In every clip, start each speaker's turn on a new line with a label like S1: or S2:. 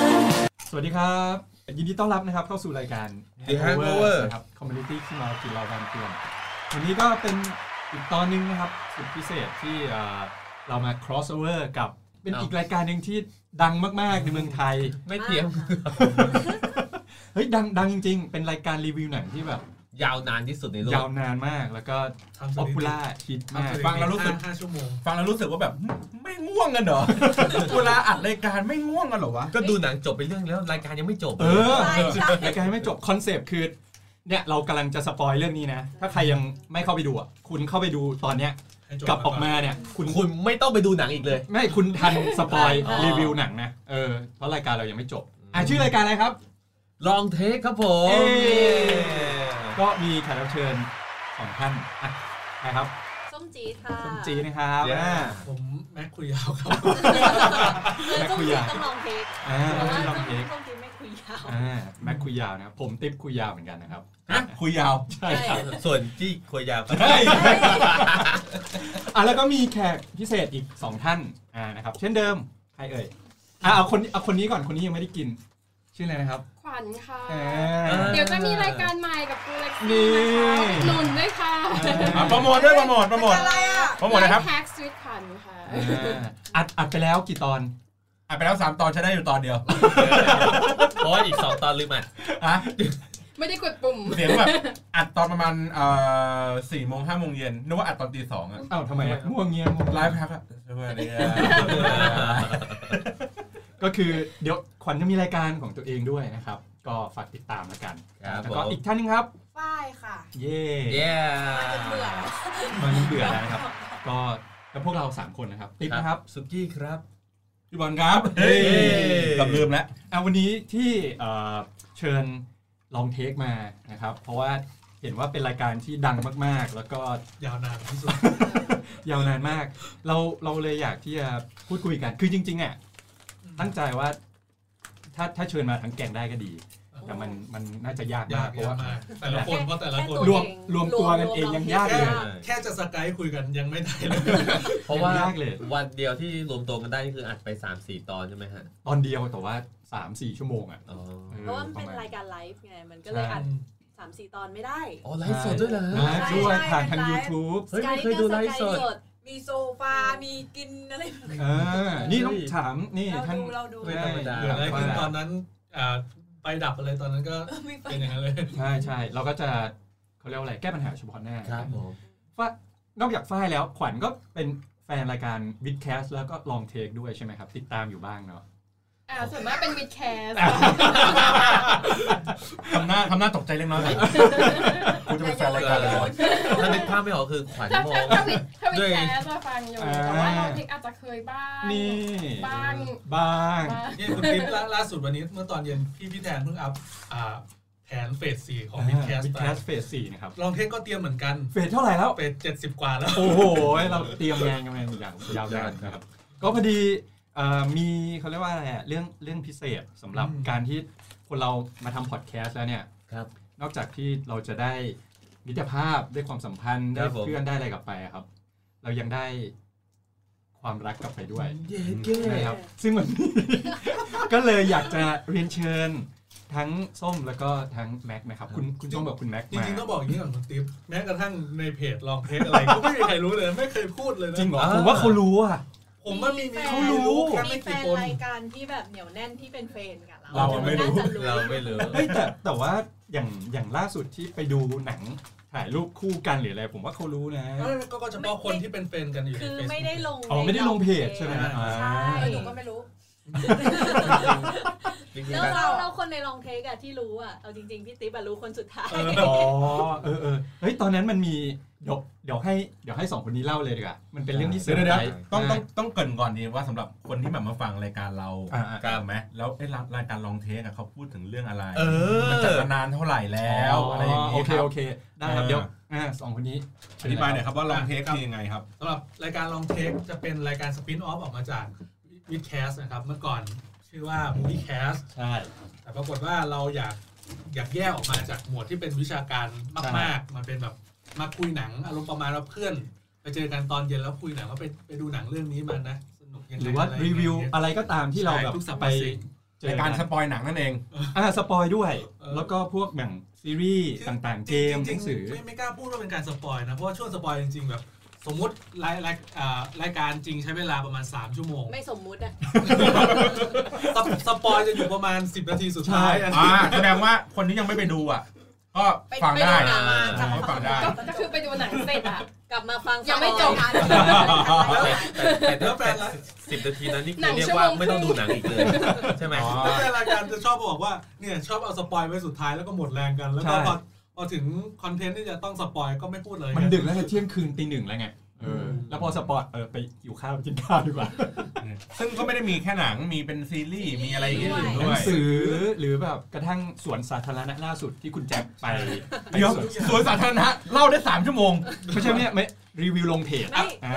S1: ครับยินดีต้อนรับนะครับเข้าสู่รายการ
S2: The Hangover
S1: นะครับคอมมูนิตี้ที่มากินเราบ้านเพื่อนวันนี้ก็เป็นอีกตอนหนึงนะครับสุดพิเศษที่เอ่อเรามา crossover กับเป็นอีกรายการหนึ่งที่ดังมาก ๆ ในเมืองไทย
S2: ไม่เทียม
S1: เฮ้ยดังดังจริง ๆ เป็นรายการรีวิวหนังที่แบบ
S2: ยาวนานที่สุดในโลก
S1: ยาวนานมากแล้วก็
S3: ทำส
S1: ป๊อป
S3: ถิ
S1: ปู
S3: ติ
S1: ล่าฮิตมาก
S2: ฟังแล้วรู้สึก
S3: ห้าชั่วโมง
S4: ฟังแล้วรู้สึกว่าแบบไม่ง่วงกันเหรอ เวลาอัดรายการไม่ง่วงกันเหรอวะ
S2: ก็ดูหนังจบไปเรื่องแล้วรายการยังไม่จบ
S1: เออ
S5: ใช่ใช่
S1: รายการยังไม่จบคอนเซปต์คือเนี่ยเรากำลังจะสปอยเรื่องนี้นะ ถ้าใครยังไม่เข้าไปดูอ่ะคุณเข้าไปดูตอนเนี้ย
S3: ให้จบ
S1: กลับออกมาเนี่ย
S2: คุณคุณไม่ต้องไปดูหนังอีกเลย
S1: ไม่คุณทันสปอย
S2: อ๋อ
S1: รีวิวหนังนะเออเพราะรายการเรายังไม่จบอ่ะชื่อรายการอะไรครับ
S2: ลองเทคครับผม
S1: เอ้ย ก็มีแขกรับเชิญสองท่านอ่ะนะครับ
S5: ส้มจีดค่ะ
S1: คุณจีนะครับ
S2: เย้
S1: อ่า
S3: ผมแม็กคุยยาวครับ
S5: คือ
S1: แม่
S5: ส้ม
S1: คุย
S5: จี
S1: ยา
S5: ด
S1: ว
S5: ต้องลองเทค
S1: อ่า
S5: เพราะว่า
S1: ชื่อลอ
S5: ส้ม
S1: งเอก
S5: ส้มจีดไม่คุยยาว
S1: อ่าแม็กคุยยาวนะครับผมติ๊บคุยยาวเหมือนกันนะครับ
S4: ฮะคุยยาว
S1: ใช่ครับ
S2: ส่วนที่ควยยาวก็
S1: อ่ะแล้วก็มีแขกพิเศษอีกสองท่านอ่านะครับเช่นเดิมใครเอ่ยอ่ะเอาคนเอาคนนี้ก่อนคนนี้ยังไม่ได้กิน ชื่ออะไรนะครับ
S6: ขวัญค่ะ
S1: อ่า
S6: เดี๋ยวจะมีรายการใหม่กับกูเล็ก
S1: นี่
S6: ซี่นะคะหนุนด้วยค่ะ
S4: อ่ะโปรโมทด้วยโปรโมทโปรโมท
S5: อะไรอ่ะ
S4: โปรโมทนะครับ
S6: แท็กสวิตขวัญค่ะ
S1: อ่าอัดอัดไปแล้วกี่ตอน
S4: อ่ะไปแล้วสามตอนใช้ได้อยู่ตอนเดียว
S2: เพราะว่าอีกสองตอนลืมอ่ะ
S4: อ่ะ
S6: ไม่ได้กดปุ่ม
S4: เสียงแบบ อัดตอนประมาณเอ่อสี่โมงห้าโมงเย็นนึกว่าอัดตอนตีสองอะ
S1: เอ้าทำไมอ่ะง่วงเงียงวง
S4: ไลฟ์ครับอะสวัสดีครับ
S1: ก็คือเดี๋ยวขวัญจะมีรายการของตัวเองด้วยนะครับ ก็ฝากติดตามแล้วกัน
S2: ครับ
S1: แล้ว
S2: ผ
S1: ก็
S2: ม
S1: อีกท่านหนึงครับ
S5: ฝ้ายค่ะ
S1: เย่
S2: เย้
S5: จนเบื่อแล้ว
S1: มันเบื่อแล้วนะครับ ก็กับพวกเรา 3 คนนะครับ ติ๊บนะครับ
S2: สุกี้ครับ
S4: พี่บอลครับเฮ้ยจำลืมแล้ว
S1: อ่ะวันนี้ที่เอ่อเชิญลองเทคมานะครับ เพราะว่าเห็นว่าเป็นรายการที่ดังมากๆ แล้วก็
S3: ยาวนานที่สุด
S1: ยาวนานมาก เราเราเลยอยากที่จะพูดคุยกัน คือจริงๆอ่ะตั้งใจว่า ถ้าถ้าเชิญมาทั้งแกงได้ก็ดี แต่มันมันน่าจะยา
S3: ยาม
S1: กาก
S3: ก
S1: เพราะ
S3: ยาก
S1: ว่า
S3: มากแต่ละคนเพราะแต่ละคน
S1: รวมรวมตัวกันเองยังยากเลย
S3: แค่จะสกายคุยกันยังไม่ได้เลย
S2: เพราะว่า
S1: เรียนยากเลย
S2: วันเดียวที่รวมตัวกันได้นี่คืออัดไปสามสี่ตอนใช่ไหมฮะ
S1: ตอนเดียวแต่ว่า 3 4 ชั่วโมงอ่ะ
S2: อ๋อ
S1: ออ
S5: เพราะว่ามันเป็น
S1: ปะมณ
S5: รายการไลฟ์ไง มันก็เลยอัดสามสี่ตอนไม่ได้
S2: อ๋อไลฟ์สดด้วยเหรอ
S1: ไลฟ์ด้วย
S5: ใช่
S1: ผ่านทาง
S5: เป็นไลฟ์
S1: YouTube
S2: เฮ้ยไม่เคยดูไลฟ์สด
S5: มีโซฟา มีกินอะไร
S1: เออนี่ต้องถามนี่
S5: เรา
S1: ท่าน
S5: ดูเราดู
S2: ไม่ธรรมดา
S3: เกิดอะไรขึ้นตอนนั้นอ่าไปดับอะไรตอนนั้นก็
S5: มีไฟ
S3: เป็นอย่างนั้นเลย
S1: ใช่ใช่เราก็จะเขาเรียกว่าอะไรแก้ปัญหาเฉพาะหน้า
S2: ครับผม
S1: นอกจากฝ้ายแล้วขวัญก็เป็นแฟนรายการวิดแคสแล้วก็ลองเทคด้วยใช่ไหมครับ ติดตามอยู่บ้างเนาะ
S6: อ่าส่วนมากเป็นวิดแคส
S4: ทำหน้าทำหน้าตกใจเล็กน้อยกูจะเป็นแฟนรายการเลยเหรอ
S2: ถ้านึกภาพไม่ออกคือขวัญ
S6: ถ้าม
S2: อ
S6: ถ้าง ถ้า
S2: ด้
S6: วิดถ้าวิด
S2: วย
S6: แคสจะฟังอยู่
S1: อ่า
S6: แต่ว่าเราเทคอาจจะเคยบ้าง
S1: นี่
S6: บ้าง
S1: บ้าง
S6: บ้าง
S3: นี่คุณปิ๊บล่าล่าสุดวันนี้เมื่อตอนเย็นพี่พี่แทนเพิ่งอัพอ่าแผนเฟสสี่ของมิดแคส
S1: วิด
S3: ไป
S1: แคสเฟสสี่นะครับ
S3: ลองเทสก็เตรียมเหมือนกัน
S1: เฟสเท่าไหร่แล้ว
S3: เฟสเจ็ดสิบกว่าแล้ว
S1: โอ้โห เราเตรียมงานกันมาอย่างยาวนานนะครับ ก็พอดีเอ่อมีเขาเรียกว่าอะไรอะเรื่องเรื่องพิเศษสำหรับ
S3: อืม
S1: การที่คนเรามาทำพอดแคสต์แล้วเนี่ย
S2: ครับ
S1: นอกจากที่เราจะได้มิตรภาพได้ความสัมพันธ์ได้
S2: ครับผม
S1: เพื่อนได้อะไรกลับไปอะครับ เรายังได้ความรักกลับไปด้วย
S2: เย้เก้
S1: นะครับซึ่งวันนี้ ก็เลยอยากจะเรียนเชิญทั้งส้มแล้วก็ทั้งแม็กซ์นะครับ คุณคุณส้มกับคุณแม็กซ์
S3: จ
S1: มา
S3: ริงๆต้องบอกอย่างนี้ก่อนคุณติ๊บแม้กระทั่งในเพจลองเทสอะไรก็ ไม่มีใครรู้เลย ไม่เคยพูดเลยนะ
S1: จริงเหรอผมว่าเขารู้อ่ะ
S3: ผมว่ามีมี
S5: แฟน
S1: เขารู้
S3: แค่
S5: มี
S3: ไม่
S5: แฟ
S3: กี่
S5: น
S3: คน
S5: รายการที่แบบเหนียวแน่นที่เป็นเฟนกับเรา
S1: เราอะไม่รู้
S5: น่าจะรู้
S2: เราไม่รู้
S1: เฮ้ยแต่แต่ว่าอย่างอย่างล่าสุดที่ไปดูหนังถ่ายรูปคู่กันหรืออะไรผมว่าเขารู้นะ
S3: เออก็ก็เฉพาะคนที่เป็นเฟนกันอยู่ใน
S5: คือ
S3: เฟซ
S5: ไม่ได้ลง
S1: อ๋อไม่ได้ลงเพจใช่ไหม
S5: ใ
S1: อ่า
S5: ช่
S6: เออหนูก็ไม่รู้
S2: จริง
S5: แล้ว
S2: ๆ
S5: เราเราคนในลองเทคอะที่รู้อะเอาจริงๆพี่ติ๊บอะรู้คนสุดท้าย
S1: อ๋อเออเออเฮ้ยตอนนั้นมันมีเดี๋ยวเดี๋ยวให้เดี๋ยวให้สองคนนี้เล่าเลยดีกว่ามันเป็นเรื่องที่เซอร์
S4: เดี๋ยวเดี๋ยว
S1: ไพรส์
S4: เดี๋ยวต้องต้องต้องเกรินก่อนดีว่าสำหรับคนที่แบบมาฟังรายการเรา
S1: อ่าอ่า
S4: ถูกไหมแล้วไอ้รายการลองเทคอะเขาพูดถึงเรื่องอะไร
S2: เออ
S4: มันจัดมานานเท่าไหร่แล้วอะไรอย่าง
S1: โอ
S4: นี้
S1: เค
S4: ครับ
S1: โอเคได้ครับ
S4: เออ
S1: เดี๋ยวอ่าสองคนนี้
S4: อธิบายหน่อยครับว่าลองเทคคือยังไงครับ
S3: สำหรับรายการลองเทสจะเป็นรายการสปินออฟออกมาจากวิดแคสนะครับ เมื่อก่อนชื่อว่า Movie Cast
S1: ใช่
S3: แต่ปรากฏว่าเราอยากอยากแยกออกมาจากหมวดที่เป็นวิชาการมาก ๆ มันเป็นแบบมาคุยหนังอารมณ์ประมาณว่าเพื่อน ไปเจอกันตอนเย็นแล้วคุยหนังว่าไปไปดูหนังเรื่องนี้มานะสนุกยังไง
S1: หรือว่า
S3: ะไย่งเงี้ย
S1: รีวิวอะไรก็ตามที่เรา
S3: ใช่
S1: แบบ
S3: ทุกสรรพ
S1: ไป
S3: สิ่ง
S1: เจ
S4: ใน
S1: อ
S4: การสปอยหนังนั่นเอง
S1: อ่าสปอยด้วย
S3: เออ
S1: แล้วก็พวกหนังซีรีส์ต่างๆ เกมห
S3: จริ
S1: นั
S3: ง
S1: ง
S3: ๆ
S1: สือ
S3: ไม่ไม่กล้าพูดว่าเป็นการสปอยนะ เพราะว่าช่วงสปอยจริงๆ แบบ สมมติรายรายอ่ารายการจริงใช้เวลาประมาณ 3 ชั่วโมง
S5: ไม่สมมุติอะ
S3: สปสปอยจะอยู่ประมาณ 10 นาทีสุดท้าย
S1: ใช่
S3: อะ
S4: อ่าแสดงว่าคนที่ยังไม่ไปดูอ่ะ ก็ฟังได้
S5: ปดูหนังมา
S4: อ่าให้ฟังได้
S6: ก็ก็คือไปดูหนังเสร็จอ่ะ
S5: กลับมาฟัง
S6: ยังไม่จบ
S5: สปอย
S2: แต่แต่แต่แต่สิบนาทีนั้นนี่คือเรียกว่าไม่ต้องดูหนังอีกเลยใช่ไหม
S4: อ๋อ
S3: แล้วแต่รายการจะชอบบอกว่าเนี่ยชอบเอาสปอยไว้สุดท้ายแล้วก็หมดแรงกัน แล้วก็
S1: ใช่
S3: พอพอถึงคอนเทนต์ที่จะต้องสปอยก็ไม่พูดเลย
S1: มันดึกแล้วไงเที่ยงคืนตีหนึ่งแล้วไงเออ
S2: ม
S1: แล้วพอสปอยเออไปหิวข้าวกินข้าวดีกว่า
S4: ซึ่งก็ไม่ได้มีแค่หนังมีเป็นซีรีส์มีอะไรอย่างเงี้ย
S1: ห
S4: ด้
S1: นั
S4: ว
S1: ง
S4: ย
S1: สือหรือแบบกระทั่งสวนสาธารณะล่าสุดที่คุณแจ็คไปไป
S4: เดี๋ยว
S1: สวน
S4: สวนสาธารณะเล่าได้สามชั่วโมง
S1: ไม่ใช่เนี่ยไม่รีวิวลงเพจ
S5: ไม่
S1: อ่า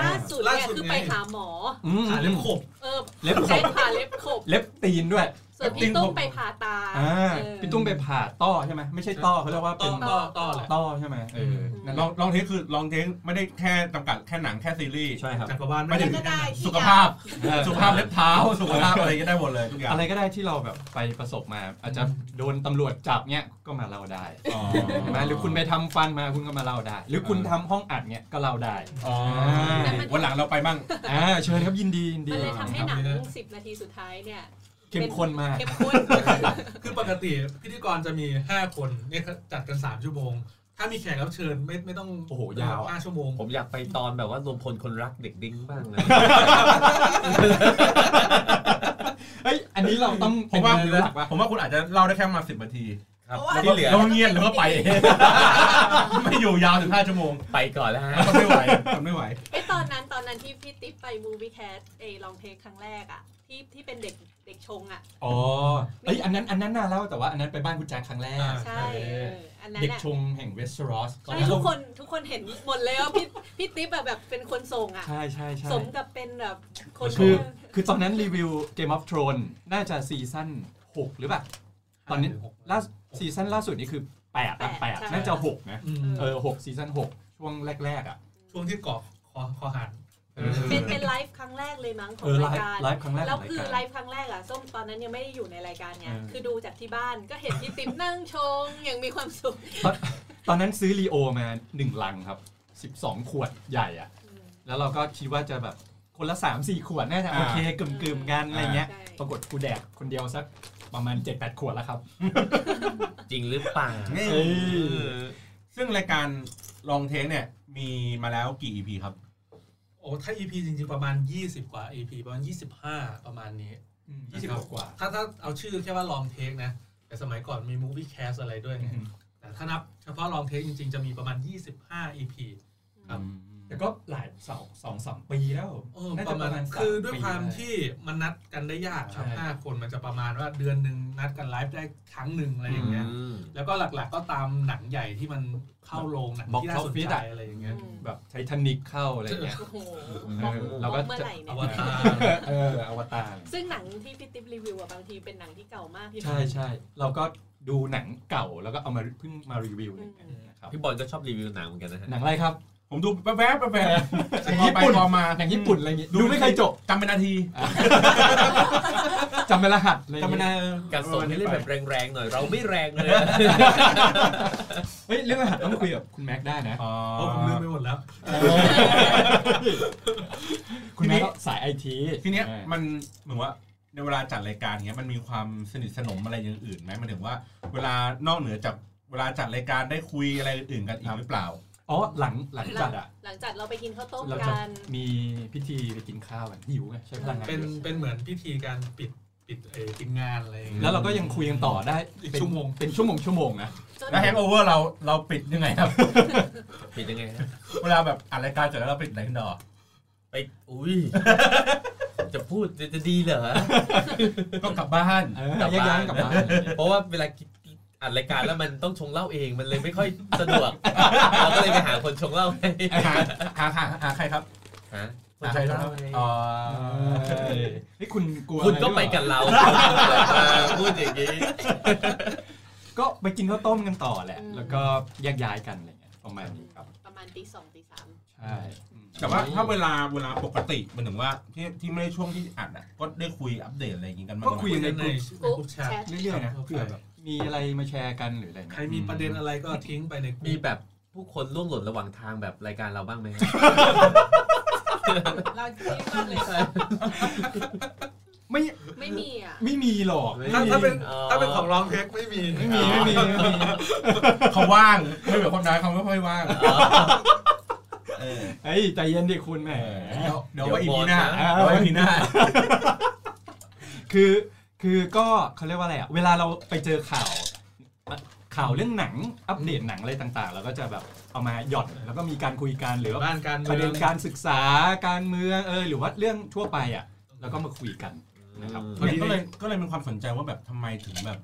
S5: ล่าสุดเนี่ยคือไปหาหมอ
S1: อืม
S3: ขาเล็บขบ
S5: เออ
S1: เล็บข
S5: ใช้
S1: บ
S5: ผ่าเล็บขบ
S1: เล็บตีนด้วย
S5: ส่วนพี่ตุ้มไปผ่าตา
S1: อ่า
S5: เออ
S1: พี่ตุ้มไปผ่าต้อใช่ไหมไม่ใช่ต้อเขาเรียกว่า
S3: ต้
S1: เป็
S3: อนต้อต้อแหละ
S1: ต้อใช่ไหมเออนั่นแห
S4: ลอ
S1: ละ
S4: งลองเทคคือลองเทคไม่ได้แค่จำกัดแค่หนังแค่ซีรีส์
S1: ใช่ครับ
S3: จักรวาล
S4: ไม่ได้
S3: ถึง
S4: สุขภาพ
S1: เออ
S4: สุขภาพเล็บเท้า สุขภาพอะไรก็ได้หมดเลยทุกอย่าง
S1: อะไรก็ได้ที่เราแบบไปประสบมา อาจจะโดนตำรวจจับเนี่ยก็มาเล่าได้
S4: อ๋อ
S1: ใช่ไหมหรือคุณไปทำฟันมาคุณก็มาเล่าได้ หรือคุณทำห้องอัดเนี่ยก็เล่าได้
S4: อ๋อ
S1: แต่มัน
S4: วันหลังเราไปบ้าง
S1: อ่าเชิญครับยินดียินดี
S5: มันเลยทำให้หนัง 10 นาทีสุดท้ายเนี่ย
S1: เข้มข้นมาก
S5: เข้มข้น
S3: คือปกติพิธีกรจะมี 5 คนเนี่ยจัดกัน 3 ชั่วโมง ถ้ามีแขกรับเชิญไม่ไม่ต้อง
S1: โอ้โหยาวอะ
S3: ห้าชั่วโมง
S2: ผมอยากไปตอนแบบว่ารวมพลคนรักเด็กดิ้งบ้างนะ
S1: เฮ้ยอันนี้เราต้อง
S4: ผมว่า
S1: เป็นหลักว่ะ
S4: ผมว่าคุณอาจจะเล่าได้แค่ประมาสิบนาที
S2: ครับ
S7: เพราะว่า
S2: แล้วที่เหลือ
S4: เราเงียบแล้วก็ไป ไม่อยู่ยาวถึงห้าชั่วโมง
S2: ไปก่อนแล้วฮะ
S4: ทนไม่ไหวทนไม่ไหว
S5: ไอยตอนนั้นตอนนั้นที่พี่ติ๊บไปมูวี่แคสเอยลองเพลงครั้งแรกอะที่ที่เป็นเด็กเด็กชงอะ
S1: อ๋อเอ้ยอันนั้นอันนั้นน่าเล่าแต่ว่าอันนั้นไปบ้านคุณแจ็คครั้งแรก
S3: อ่า
S5: ใช่
S1: เออ
S5: เอออันนั้น
S1: เด็ก
S5: อะ
S1: ชงแห่งเวสต์รอส
S5: ใช่ทุกคนทุกคนเห็นหมดเลยว่าพี่พี่ติ๊บอะแบบเป็นคนส่งอะ
S1: ใช่ใช่ใช่
S5: สมกับเป็นแบบคน
S1: คือ คือตอนนั้นรีวิว Game of Thrones น่าจะซีซั่น6 หรือเปล่า ตอนนี้ ล่าสุดซีซั่นล่าสุดนี่คือ8อะ8น่าจะ 6 นะ
S3: อืม
S1: เออ6ซีซั่น6 ช่วงแรก ๆ อ่ะ
S3: ช่วงที่เกาะคอคอหาร
S1: เออ
S5: เป็นเป็นไลฟ์ครั้งแรกเลยมั้งขอ
S1: เอง อไล
S5: ราย
S1: ฟ์
S5: การ
S1: ไลฟ์ครั้งแรก
S5: แล้ว
S1: ของ
S5: คือไล
S1: รายการ
S5: ฟ์ครั้งแรกอะส้มตอนนั้นยังไม่ได้อยู่ในรายการไง
S1: เออ
S5: คือดูจากที่บ้านก็เห็นพี่ติ๊บนั่งชงอย่างมีความสุข
S1: ตอนนั้นซื้อรีโอมา 1 ลังครับ 12 ขวดใหญ่อ่ะ
S5: อืม
S1: แล้วเราก็คิดว่าจะแบบคนละ 3-4 ขวด น่าจะ
S4: อ่า
S1: โอเคกึ่มๆกันอะไรเงี้ย
S5: ใช่
S1: ปรากฏกูแดกคนเดียวสักประมาณ 7-8 ขวดแล้วครับ
S2: จริงหรือเปล่า
S4: เอ้ย
S2: เออ
S4: ซึ่งรายการลองเทคเนี่ยมีมาแล้วกี่ EP ครับ
S3: โอ้ ถ้า EP จริงๆ ประมาณ 20 กว่า EP ประมาณ 25 ประมาณนี้
S1: 26 กว่า
S3: ถ้าถ้าเอาชื่อแค่ว่าลองเทคนะ แต่สมัยก่อนมี Movie Cast อะไรด้วยไง
S1: อืม
S3: แต่ถ้านับเฉพาะลองเทคจริงๆ จะมีประมาณ 25 EP ครับ
S1: แต่ก็หลายสองสองสามปีแล้ว
S3: เออ
S1: น่จ
S3: ประมาณ
S1: ส
S3: คือด้วย
S1: ปี
S3: ความ
S1: ได้
S3: ที่มันนัดกันได้ยากครับ
S1: ใช่
S3: ห้าคนมันจะประมาณว่าเดือนหนึ่งนัดกันไลฟ์ได้ครั้งหนึ่งอะไรอย่างเงี้ย
S2: อืม
S3: แล้วก็หลักๆก็ตามหนังใหญ่ที่มันเข้าโรงหนังที่น่าสนใจอะไรอย่างเงี้ย
S5: อืม
S1: แบบไททานิกเข้าอะไรอย่างเงี้ย
S5: โอ้โห
S1: เออ
S5: เรา
S1: เราก็
S5: ก็
S1: จะ
S5: เมื่อไหร่เนี่
S3: อย วตาร
S1: เอออวตาร
S5: ซึ่งหนังที่พี่ติ๊บรีวิวอะบางทีเป็นหนังที่เก่ามากที่สุด
S1: ใช่ใช่เราก็ดูหนังเก่าแล้วก็เอามาเพิ่งมารีวิว
S5: อืม
S1: นะครับ
S2: พี่บอลก็ชอบรีวิวหนังเหมือนกันนะฮะ
S1: หนังอะไรครับ
S4: ผมดูแวบๆแวบๆ
S1: หนัง
S4: ญี่
S1: ญี่
S4: ปุ่
S1: ปุ่
S4: น
S1: น
S4: พอมา
S1: หนังญี่ปุ่นอะไรอย่างงี้ดูไม่เคยจบ
S4: จำเป็นนาที
S1: จำเป็นรหัสอะไรอย่าง
S4: จำเป็น
S1: งี้
S4: นาที
S2: การส่งให้เล่นแบบแรงๆหน่อย เราไม่แรงเลย
S1: เฮ้ยเรื่องรหัสต้องคุยกับคุณแม็กได้นะ
S4: อ๋อ
S3: โอ้ผมลืมไปหมดแล้ว
S1: คุณแม็กก็สายไอที
S4: ทีเนี้ยมันเหมือนว่าในเวลาจัดรายการเงี้ยมันมีความสนิทสนมอะไรอย่างอื่นไหมมันถึงว่า เวลานอกเหนือจากเวลาจัดรายการได้คุยอะไรอื่นๆกันอีกหรือเปล่า
S1: อ๋อหลังหลังจัดอ่ะ
S5: หลังจากเราไปกินข้าวต้ม
S1: เราจะ
S5: กัน
S1: มีพิธีไปกินข้าวกันหิวไงใช้พลังงาน
S3: เป็น
S1: ยอะ
S3: เป็นเหมือนพิธีการปิดปิดเออปิดงานอะไรอย่างเงี้ย
S1: แล้วเราก็ยังคุยกันต่อได้
S3: อีก
S1: เป็น
S3: ชั่วโมง
S1: เป็นชั่วโมงชั่วโมงนะ
S5: จน
S4: แล้วแฮงโอเวอร์เราเราปิดยังไงครับ
S2: ผิดยังไงฮะ
S4: เวลาแบบอัดรายการเสร็จแล้วเราปิดอะไรกันต่อ
S2: ไป อุ้ย ผมจะพูดจะจะดีเหรอ
S4: ก็กลับบ้าน
S1: เออแยกย้ายกลับบ้าน
S2: เพราะว่าเวลากินอัดรายการแล้วมันต้องชงเหล้าเอง มันเลยไม่ค่อยสะดวก เราก็เลยไปหาคนชงเหล้าให้
S4: หาหาหาหาใครครับ
S2: หาคน
S4: หา
S2: ช
S4: ใครง ค
S2: เห
S4: รับ
S2: ล้าให้
S4: อ๋อ
S1: เฮ้ยคุณกลัว
S2: คุณก็
S1: อะรหรือเล่า
S2: ไปกับเราพูดอย่างนี้
S1: ก็ไปกินข้าวต้มกันต่อแหละ แล้วก็แยกย้ายกันอะไรเงี้ยประมาณนี้ครับ
S5: ประมาณตีสองตีสาม
S1: ใช่อืม
S4: แต่ว่าถ้าเวลาเวลาปกติมันถึงว่าที่ที่ไม่ได้ช่วงที่อัดอ่ะก็ได้คุยอัปเดตอะไรอย่างงี้กันบ้าง
S1: ก็คุย
S4: ไหม
S3: ในใน
S5: กรุ๊ป
S3: กลุ่มแชท
S5: แชท
S1: เรื่อยๆนะ
S3: ครับ
S1: เผื่อแบบมีอะไรมาแชร์กันหรืออะไร
S3: ใค
S1: เงี้
S3: ร
S1: ย
S3: มีประเด็นอะไรก็ทิ้งไปในก
S2: มี
S3: ลุ่ม
S2: แบบผู้คนร่วงหล่นระหว่างทางแบบรายการเราบ้างไหมฮะ
S6: เราเรียกว่าเลย
S1: ไม่
S5: ไม่มีอ่ะ
S1: ไม่มีหรอก
S2: ไม่
S3: ถ้า
S1: มี
S3: ถ้าเป็น
S2: อ๋อ
S3: ถ้าเป็นของร้องเพลงไม่มี
S1: ไม่มีไม่มีไม่มี
S4: เขาว่างไม่เหมือนคนน้อยเขาไม่ค่อยว่างเออ
S1: เฮ้ยใจเย็นดิคุณแหม
S4: เออเดี๋ยวเดี๋ยวไว่าอีพีหน้าเดี๋ยวไว้อีพีหน้า
S1: คือคือก็เขาเรียกว่าอะไรอะเวลาเราไปเจอข่าว ข่าวเรื่องหนังอัปเดตหนังอะไรต่างๆเราก็จะแบบเอามาหยอดแล้วก็มีการคุยกันหรือว่า
S3: บ้านการ
S1: ป
S3: เมื
S1: ระเด็
S3: อน ง
S1: การศึกษาการเมืองเออหรือว่าเรื่องทั่วไปอ่ะแล้วก็มาคุยกัน นะครับ
S4: เนี่ยก็เลยก็เลยเป็นความสนใจว่าแบบทำไมถึงแบบ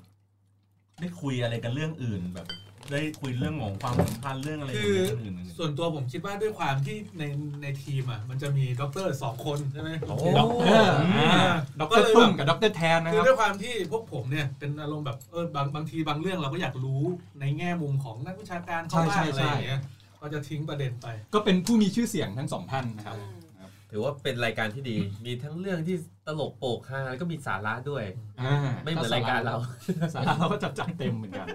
S4: ได้คุยอะไรกันเรื่องอื่นแบบ ได้คุยเรื่องของความสัมพันธ์เรื่องอะไรกันเรื่องอื่นๆ
S3: ส่วนตัวผมคิดว่าด้วยความที่ในในทีมอ่ะมันจะมีด็อกเตอร์สองคนใช่ไหม
S2: โอ้
S1: ด็อกเตอร์
S4: อืม
S1: อ่าด็อกเตอร์ตุ้มกับด็อกเตอร์แทนนะ
S3: คื
S1: ค
S3: อ
S1: รับ
S3: ด้วยความที่พวกผมเนี่ยเป็นอารมณ์แบบเออบางบางทีบางเรื่องเราก็อยากรู้ในแง่มุมของนักวิชาการเขาบ้าง
S1: ใช่
S3: อะ
S1: ใช่
S3: ไรอย่างเงี้ยก็จะทิ้งประเด็นไป
S1: ก็เป็นผู้มีชื่อเสียงทั้งสองท่านนะครับ
S2: ถือว่าเป็นรายการที่ดี มีทั้งเรื่องที่ตลกโปกฮาแล้วก็มีสาระด้วย
S1: อ่า
S2: ไม่เหมือนรายการเรา
S1: สาระเราก็จัดจัดเต็มเหมือนกัน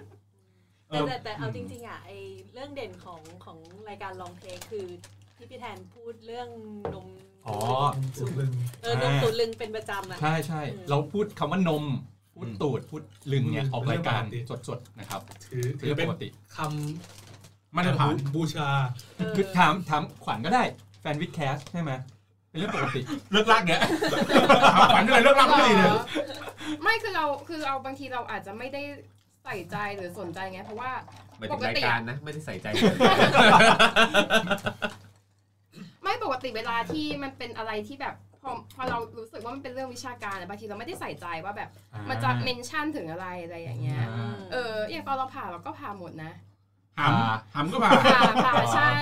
S5: แต่แต่แต่เอาจริงๆอ่ะไอเรื่องเด่นของของรายการลองเทคคือที่พี่แทนพูดเรื่องนม
S1: อ๋อ
S5: สูตรเออนมสูตรลึงเป็นประจำอ่ะ
S1: ใช่ใช่เราพูดคำว่านมพูดตูดพูดลึงเนี่ยออกรายการ
S3: เรื่องปกติ
S1: สดๆนะครับ
S3: ถือ
S1: ถื
S3: ถื
S1: อ
S3: อ
S1: ป
S3: เป็น
S1: กติ
S3: คำ
S4: มาตรฐาน
S3: บูบูชา
S5: เออ
S1: คือถามถามขวัญก็ได้แฟนวิดแคสใช่ไหมเป็นเรื่องปกติ
S4: เลิก ลากเนี่ยถามขวัญด้วยเลิกลากไม่ดีเลย
S6: ไม่คือเราคือเราบางทีเราอาจจะไม่ได้ใส่ใจหรือสนใจไงเพราะว่า
S2: หมายถึงรายการนะ ไม่ได้ใส่ใจ
S6: ไม่ปกติเวลาที่มันเป็นอะไรที่แบบพอพอเรารู้สึกว่ามันเป็นเรื่องวิชาการอะบางทีเราไม่ได้ใส่ใจว่าแบบมันจะเมนชั่นถึงอะไรอะไรอย่างเงี้ย
S1: อ่า
S6: เอออย่างตอนเราผ่าเราก็ผ่าหมดนะ
S4: ถามถามก็มา
S6: ผ่าผ่าใช่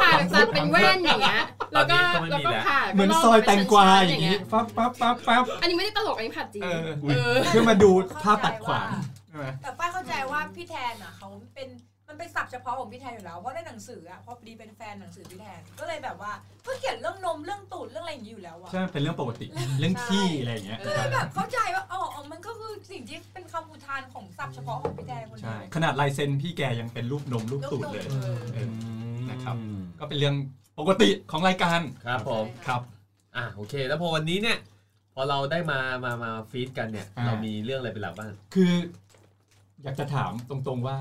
S6: ผ่าจัดเป็นแว่นอย่างเงี้ยแล้วก็
S2: ตอนนี้ก็ไม่มี
S6: แล้วก็
S2: แล้ว
S6: ผ่า
S1: เหมือน
S6: ก็
S1: ซอยแตงกวา
S6: เป็
S1: อ
S6: นชั้นๆ
S1: ย่างนี้ปั๊บปั๊บปั๊บปั๊บ
S6: อันนี้ไม่ได้ตลกอันนี้ผ่าจริง
S1: เออ
S6: เออ
S1: เพื่อมาดูภาพตัดขวางใช่ไหม
S7: แต่ป้ายเข้าใจว่าพี่แทนอ่ะเขาเป็นมันเป็นศัพท์เฉพาะของพี่แทนอยู่แล้ว เพราะในหนังสืออ่ะเพอดีเป็นแฟนหนังสือพี่แทน ก็เลยแบบว่าก็เขียนเรื่องนมเรื่องตูดเรื่องอะไรอย่างนี้อยู่แล้วอ่ะ
S1: ใช่เป็นเรื่องปกติเรื่องขี้อะไรอย่างเงี้ย
S7: ก็เลยแบบเข้าใจว่าอ๋ออ๋อมันก็คือสิ่งที่เป็นคำอุทานของศัพท์เฉพาะของพี่แทนคน
S1: ใช่
S7: เดียว
S1: ขนาดลายเซ็นพี่แกยังเป็นรูปนมรูป
S7: เรื่อง
S1: ตูด
S7: นม
S1: เลย
S7: ออ
S1: เออนะครับ ก็เป็นเรื่องปกติของรายการ
S2: ครับผม
S1: ครับ
S2: อ่ะโอเค แล้วพอวันนี้เนี่ย พอเราได้มามามาฟีดกันเนี่ย
S1: อ่า
S2: เรามีเรื่องอะไรเป็นหลักบ้าง
S1: คือ อยากจะถามตรงๆว่า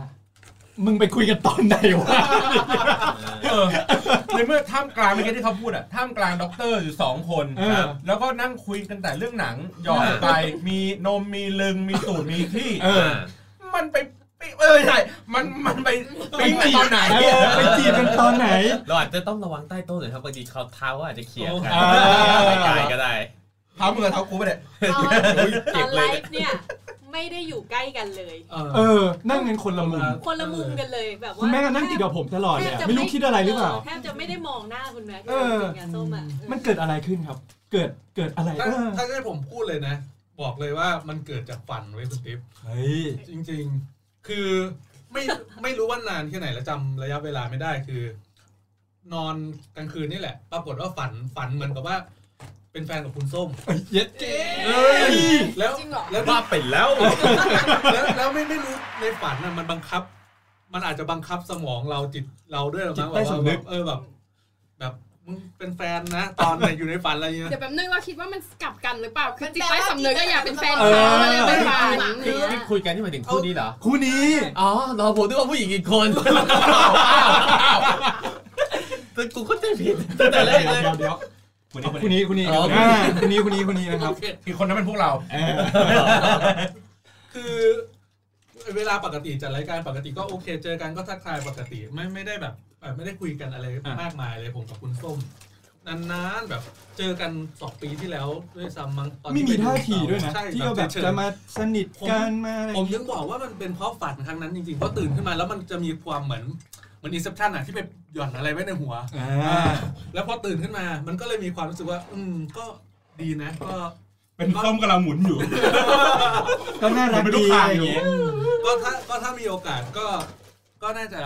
S1: มึงไปคุยกันตอนไหนวะ
S4: เออในเมื่อท่ามกลางเมื่อกี้ที่เขาพูดอะท่ามกลางด็อกเตอร์อยู่สองคน
S1: เออ
S4: ครับแล้วก็นั่งคุยกันแต่เรื่องหนังหยอดไปมีนมมีลึงมีตูดมีที่
S1: เออ
S4: มันไปปิ๊งเออใช่ มันมันไปปิ๊งกันตอนไหน
S1: เออไปจีบกันตอนไหน
S2: เราอาจจะต้องระวังใต้โต๊ะหน่อยครับบางทีเขาเท้าอาจจะเขี่ยกัน
S1: โอ้อ่า
S2: ไม่ไกลก็ได้
S4: เท้ามึงกับเท้ากูไปเนี่ย
S5: ตอน
S2: เก็
S5: ตอบ น
S2: เล
S5: ไล
S2: ย
S5: ฟ์เนี่ยไม่ได้อยู่ใกล้กันเลย
S3: เออ
S1: เออ นั่งกันคนละมุม
S5: คนละมุมกันเลยแบบว่า
S1: คุณแม่ก็นั่งติดกับผมตลอด
S5: แท
S1: เลย
S5: บ
S1: อะ
S5: จะ
S1: ไม่รู้คิดอะไรหรือเปล่า
S5: แทบจะไม่ได้มองหน้าคุณแม่ที่
S1: เอ
S5: เรา
S1: อ
S5: จริงอะส้มอะเออ
S1: มันเกิดอะไรขึ้นครับ เกิดเกิดอะไร
S3: ถ้า
S1: เออ
S3: ถ้าให้ผมพูดเลยนะ บอกเลยว่ามันเกิดจากฝันไว้ยคุณติ๊บ
S1: เฮ้ย
S3: จริง ๆ คือไม่ไม่รู้ว่านานแค่ไหนแล้วจำระยะเวลาไม่ได้คือ นอนกลางคืนนี่แหละ ปรากฏว่าฝันฝันเหมือนกับว่า เป็นแฟนกับคุณส้ม
S1: เย็ดเก๋
S3: เอ้ย แล้ว
S7: จริงเหรอ
S3: แล้ว
S2: ว่าเป็นแล้ว
S3: แล้วแล้วไม่ไม่รู้ในฝันน่ะมันบังคับ มันอาจจะบังคับสมองเราจิตเราด้วยหรือ
S1: จิต
S3: มั้ง
S1: ใต้สำนึก
S3: เออแบบ แบบมึงเป็นแฟนนะ ตอนไหนอยู่ในฝันอะไรเงี้ย
S6: เดี๋ยวแป๊บนึงเราคิดว่ามันกลับกันหรือเปล่า คือ
S7: มัน
S6: จิต
S7: แปล
S6: ใต้
S7: ว่า
S6: สำนึกก็อยากเป็นแฟน
S1: เอ
S6: เขา
S1: อ
S6: อะไรเป็นแฟน
S7: เอ
S2: คือ
S7: อ
S2: ที่คุยกันที่หมายถึงคู่นี้เหรอ
S1: คู่นี้
S2: อ๋อรอผมนึกว่าผู้หญิงอีกคนแต่กูก็ใจผิดตั้งแต่แรก
S1: เดี๋ยว
S2: เลย
S1: เดี๋ยวเดี๋ยว
S4: คนนี้คน
S1: คู่
S4: นี้
S1: นี้คู่นี้
S2: อ๋อ
S1: อ่าคู่นี้คู่นี้คู่นี้นะครับ
S4: อีกคนนั้นเป็นพวกเรา
S1: เออ
S3: คือเวลาปกติจัดรายการปกติก็โอเค เจอกันก็ทักทายปกติไม่ไม่ได้แบบเอ่อไม่ได้คุยกันอะไรมากมายเลยผมกับคุณส้มนานๆแบบเจอกันสองปีที่แล้วด้วยซ้ำมั้งตอน
S1: ไม่
S3: ที่
S1: มี
S3: ป
S1: ท่าทีด้วยนะ
S3: ใช่
S1: ที่เราแบบ
S3: เฉยๆ
S1: จะมาสนิทกันมาอะไร
S3: ผมยังบอกว่ามันเป็นเพราะฝันครั้งนั้นจริงๆเพราะตื่นขึ้นมาแล้วมันจะมีความเหมือนเหมือนอินส p t ชันอะที่ไปหย่อนอะไรไว้ในหัว
S1: อ่า
S3: แล้วพอตื่นขึ้นมา มันก็เลยมีความรู้สึกว่า อืมก็ดีนะ ก็
S4: เป็นส้มกำลังหมุนอยู่
S1: ก็น่ารัก
S4: เป็นลู
S1: ดี
S4: ก
S1: อะ
S4: ค้า
S1: ไรอ
S4: อยู่
S1: ย่างเงี้ย
S3: ก็ถ้าก็ถ้ามีโอกาสก็ ก็น่าจะ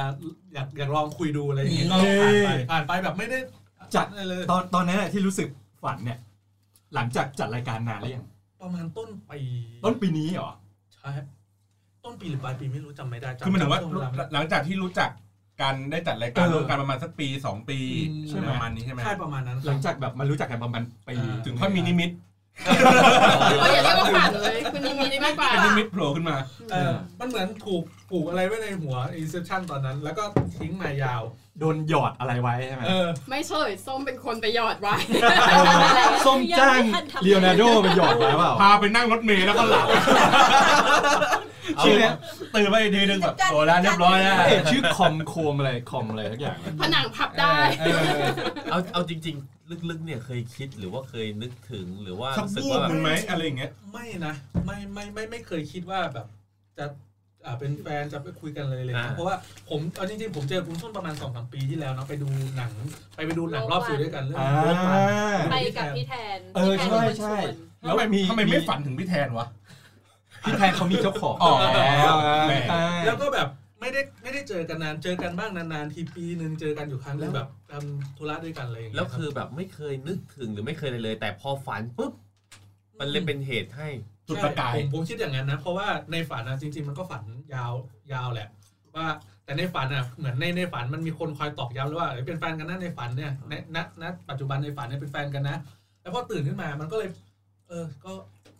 S3: อยากอยากลองคุยดูอะไรอย่างเงี้ยก็
S1: เย้
S3: ผ่านไปผ่านไปแบบไม่ได้
S1: จาก
S3: ได้เลย
S1: ตอนตอนนั้นอะที่รู้สึกฝันเนี่ย หลังจากจัดรายการนานหรือยัง
S3: ประมาณต้นปี
S1: ต้นปีนี้เหรอ
S3: ใช่ต้นปีหรือปลายปีไม่รู้จำไม่ได้จำ
S4: คือหมันถึงว่า
S3: จำช่เลไม่ได้
S4: หลังจากที่รู้จักกันได้จัดรายการ
S1: เออ
S4: ร่วมกันประมาณสักปีสองปี
S3: อืม
S1: ใช่ไหม
S4: ประมาณนี้ใช่ไหม
S3: ใช่ประมาณนั้น
S1: หลังจากแบบมารู้จักกันประมาณปี
S3: อ่า
S4: ถึงค่อยมีนิมิต
S6: เขาอย่าเรียกว่าฝันเลยคุณนิมิตมากกว่า
S4: เป็นนิมิตโผล่ขึ้นมา
S3: เออมันเหมือนถูกผูกอะไรไว้ในหัวอินเซ t ชันตอนนั้น แล้วก็ทิ้งมายาว
S1: โดนหยอดอะไรไว้ใช่ไหม
S3: เออ
S6: ไม่เฉยส้มเป็นคนไปหยอดไว้
S1: ส้มจ้าง
S5: ยังไม่ทันทำ
S1: เลโอนาร์โดไปหยอดไว้เปล่า
S4: พาไปนั่งรถเมล์แล้วก็หลับ
S1: ชื่อเนี้ย
S4: ตื่นมาอีกทีนึงแบบโตแล้วเรียบร้อยแล้ว
S1: พระเอกชื่อคอมโคมอะไรคอมอะไรทุกอย่างนะ
S6: ผนังพับได้
S4: เออเออ
S2: เอาเอาจริง ๆ ลึกๆเนี่ยเคยคิดหรือว่าเคยนึกถึงหรือว่า
S4: สัก
S2: รู้สึก
S4: บูบ
S2: ว่า
S4: มันไหมอะไรอย่างเงี้ย
S3: ไม่นะไม่ไม่ไม่ไม่เคยคิดว่าแบบ จะอ่าเป็นแฟนจะไปคุยกันเลยเลยนะ
S2: อ่า
S3: เพราะว่าผมเอาจริงๆผมเจอคุณส้มประมาณสองสามปีที่แล้วเนาะไปดูหนัง ไปไปดูหนังรอบสื่อด้วยกันเรื่อง
S1: อ่า
S3: เรื่องมัน
S5: ไปกับพี่แทน
S1: เออ
S5: พี่แทนเป็นคน
S1: ใช่
S5: วน
S1: ใช่
S4: แล้ว
S1: แล้วมี
S4: ทำไมไม่ฝันถึงพี่แทนวะ
S1: พี่แทนเขามีเจ้าของ
S4: อ๋อ
S1: แล้ว
S4: แหม่
S1: ใช่
S3: แล้วก็แบบไม่ได้ไม่ได้เจอกันนานเจอกันบ้างนานๆทีปีหนึ่งเจอกันอยู่ครั้งหนึงแบบทำธุระด้วยกันอะไรอย่างเงี้ย
S2: แล้วคือแบบไม่เคยนึกถึงหรือไม่เคยเลยเลย แต่พอฝันปุ๊บมันเลยเป็นเหตุให้
S4: จุดประกาย
S3: ใช่ผมผมคิดอย่างนั้นนะ เพราะว่าในฝันนะจริง ๆ มันก็ฝันยาวยาวแหละ ว่าแต่ในฝันอ่ะเหมือนในในฝันมันมีคนคอยตอกย้ำเลยว่าเอ้ยเป็นแฟนกันนะในฝันเนี่ยในณณปัจจุบันในฝันเนี่ยเป็นแฟนกันนะแล้วพอตื่นขึ้นมามันก็เลย เออก็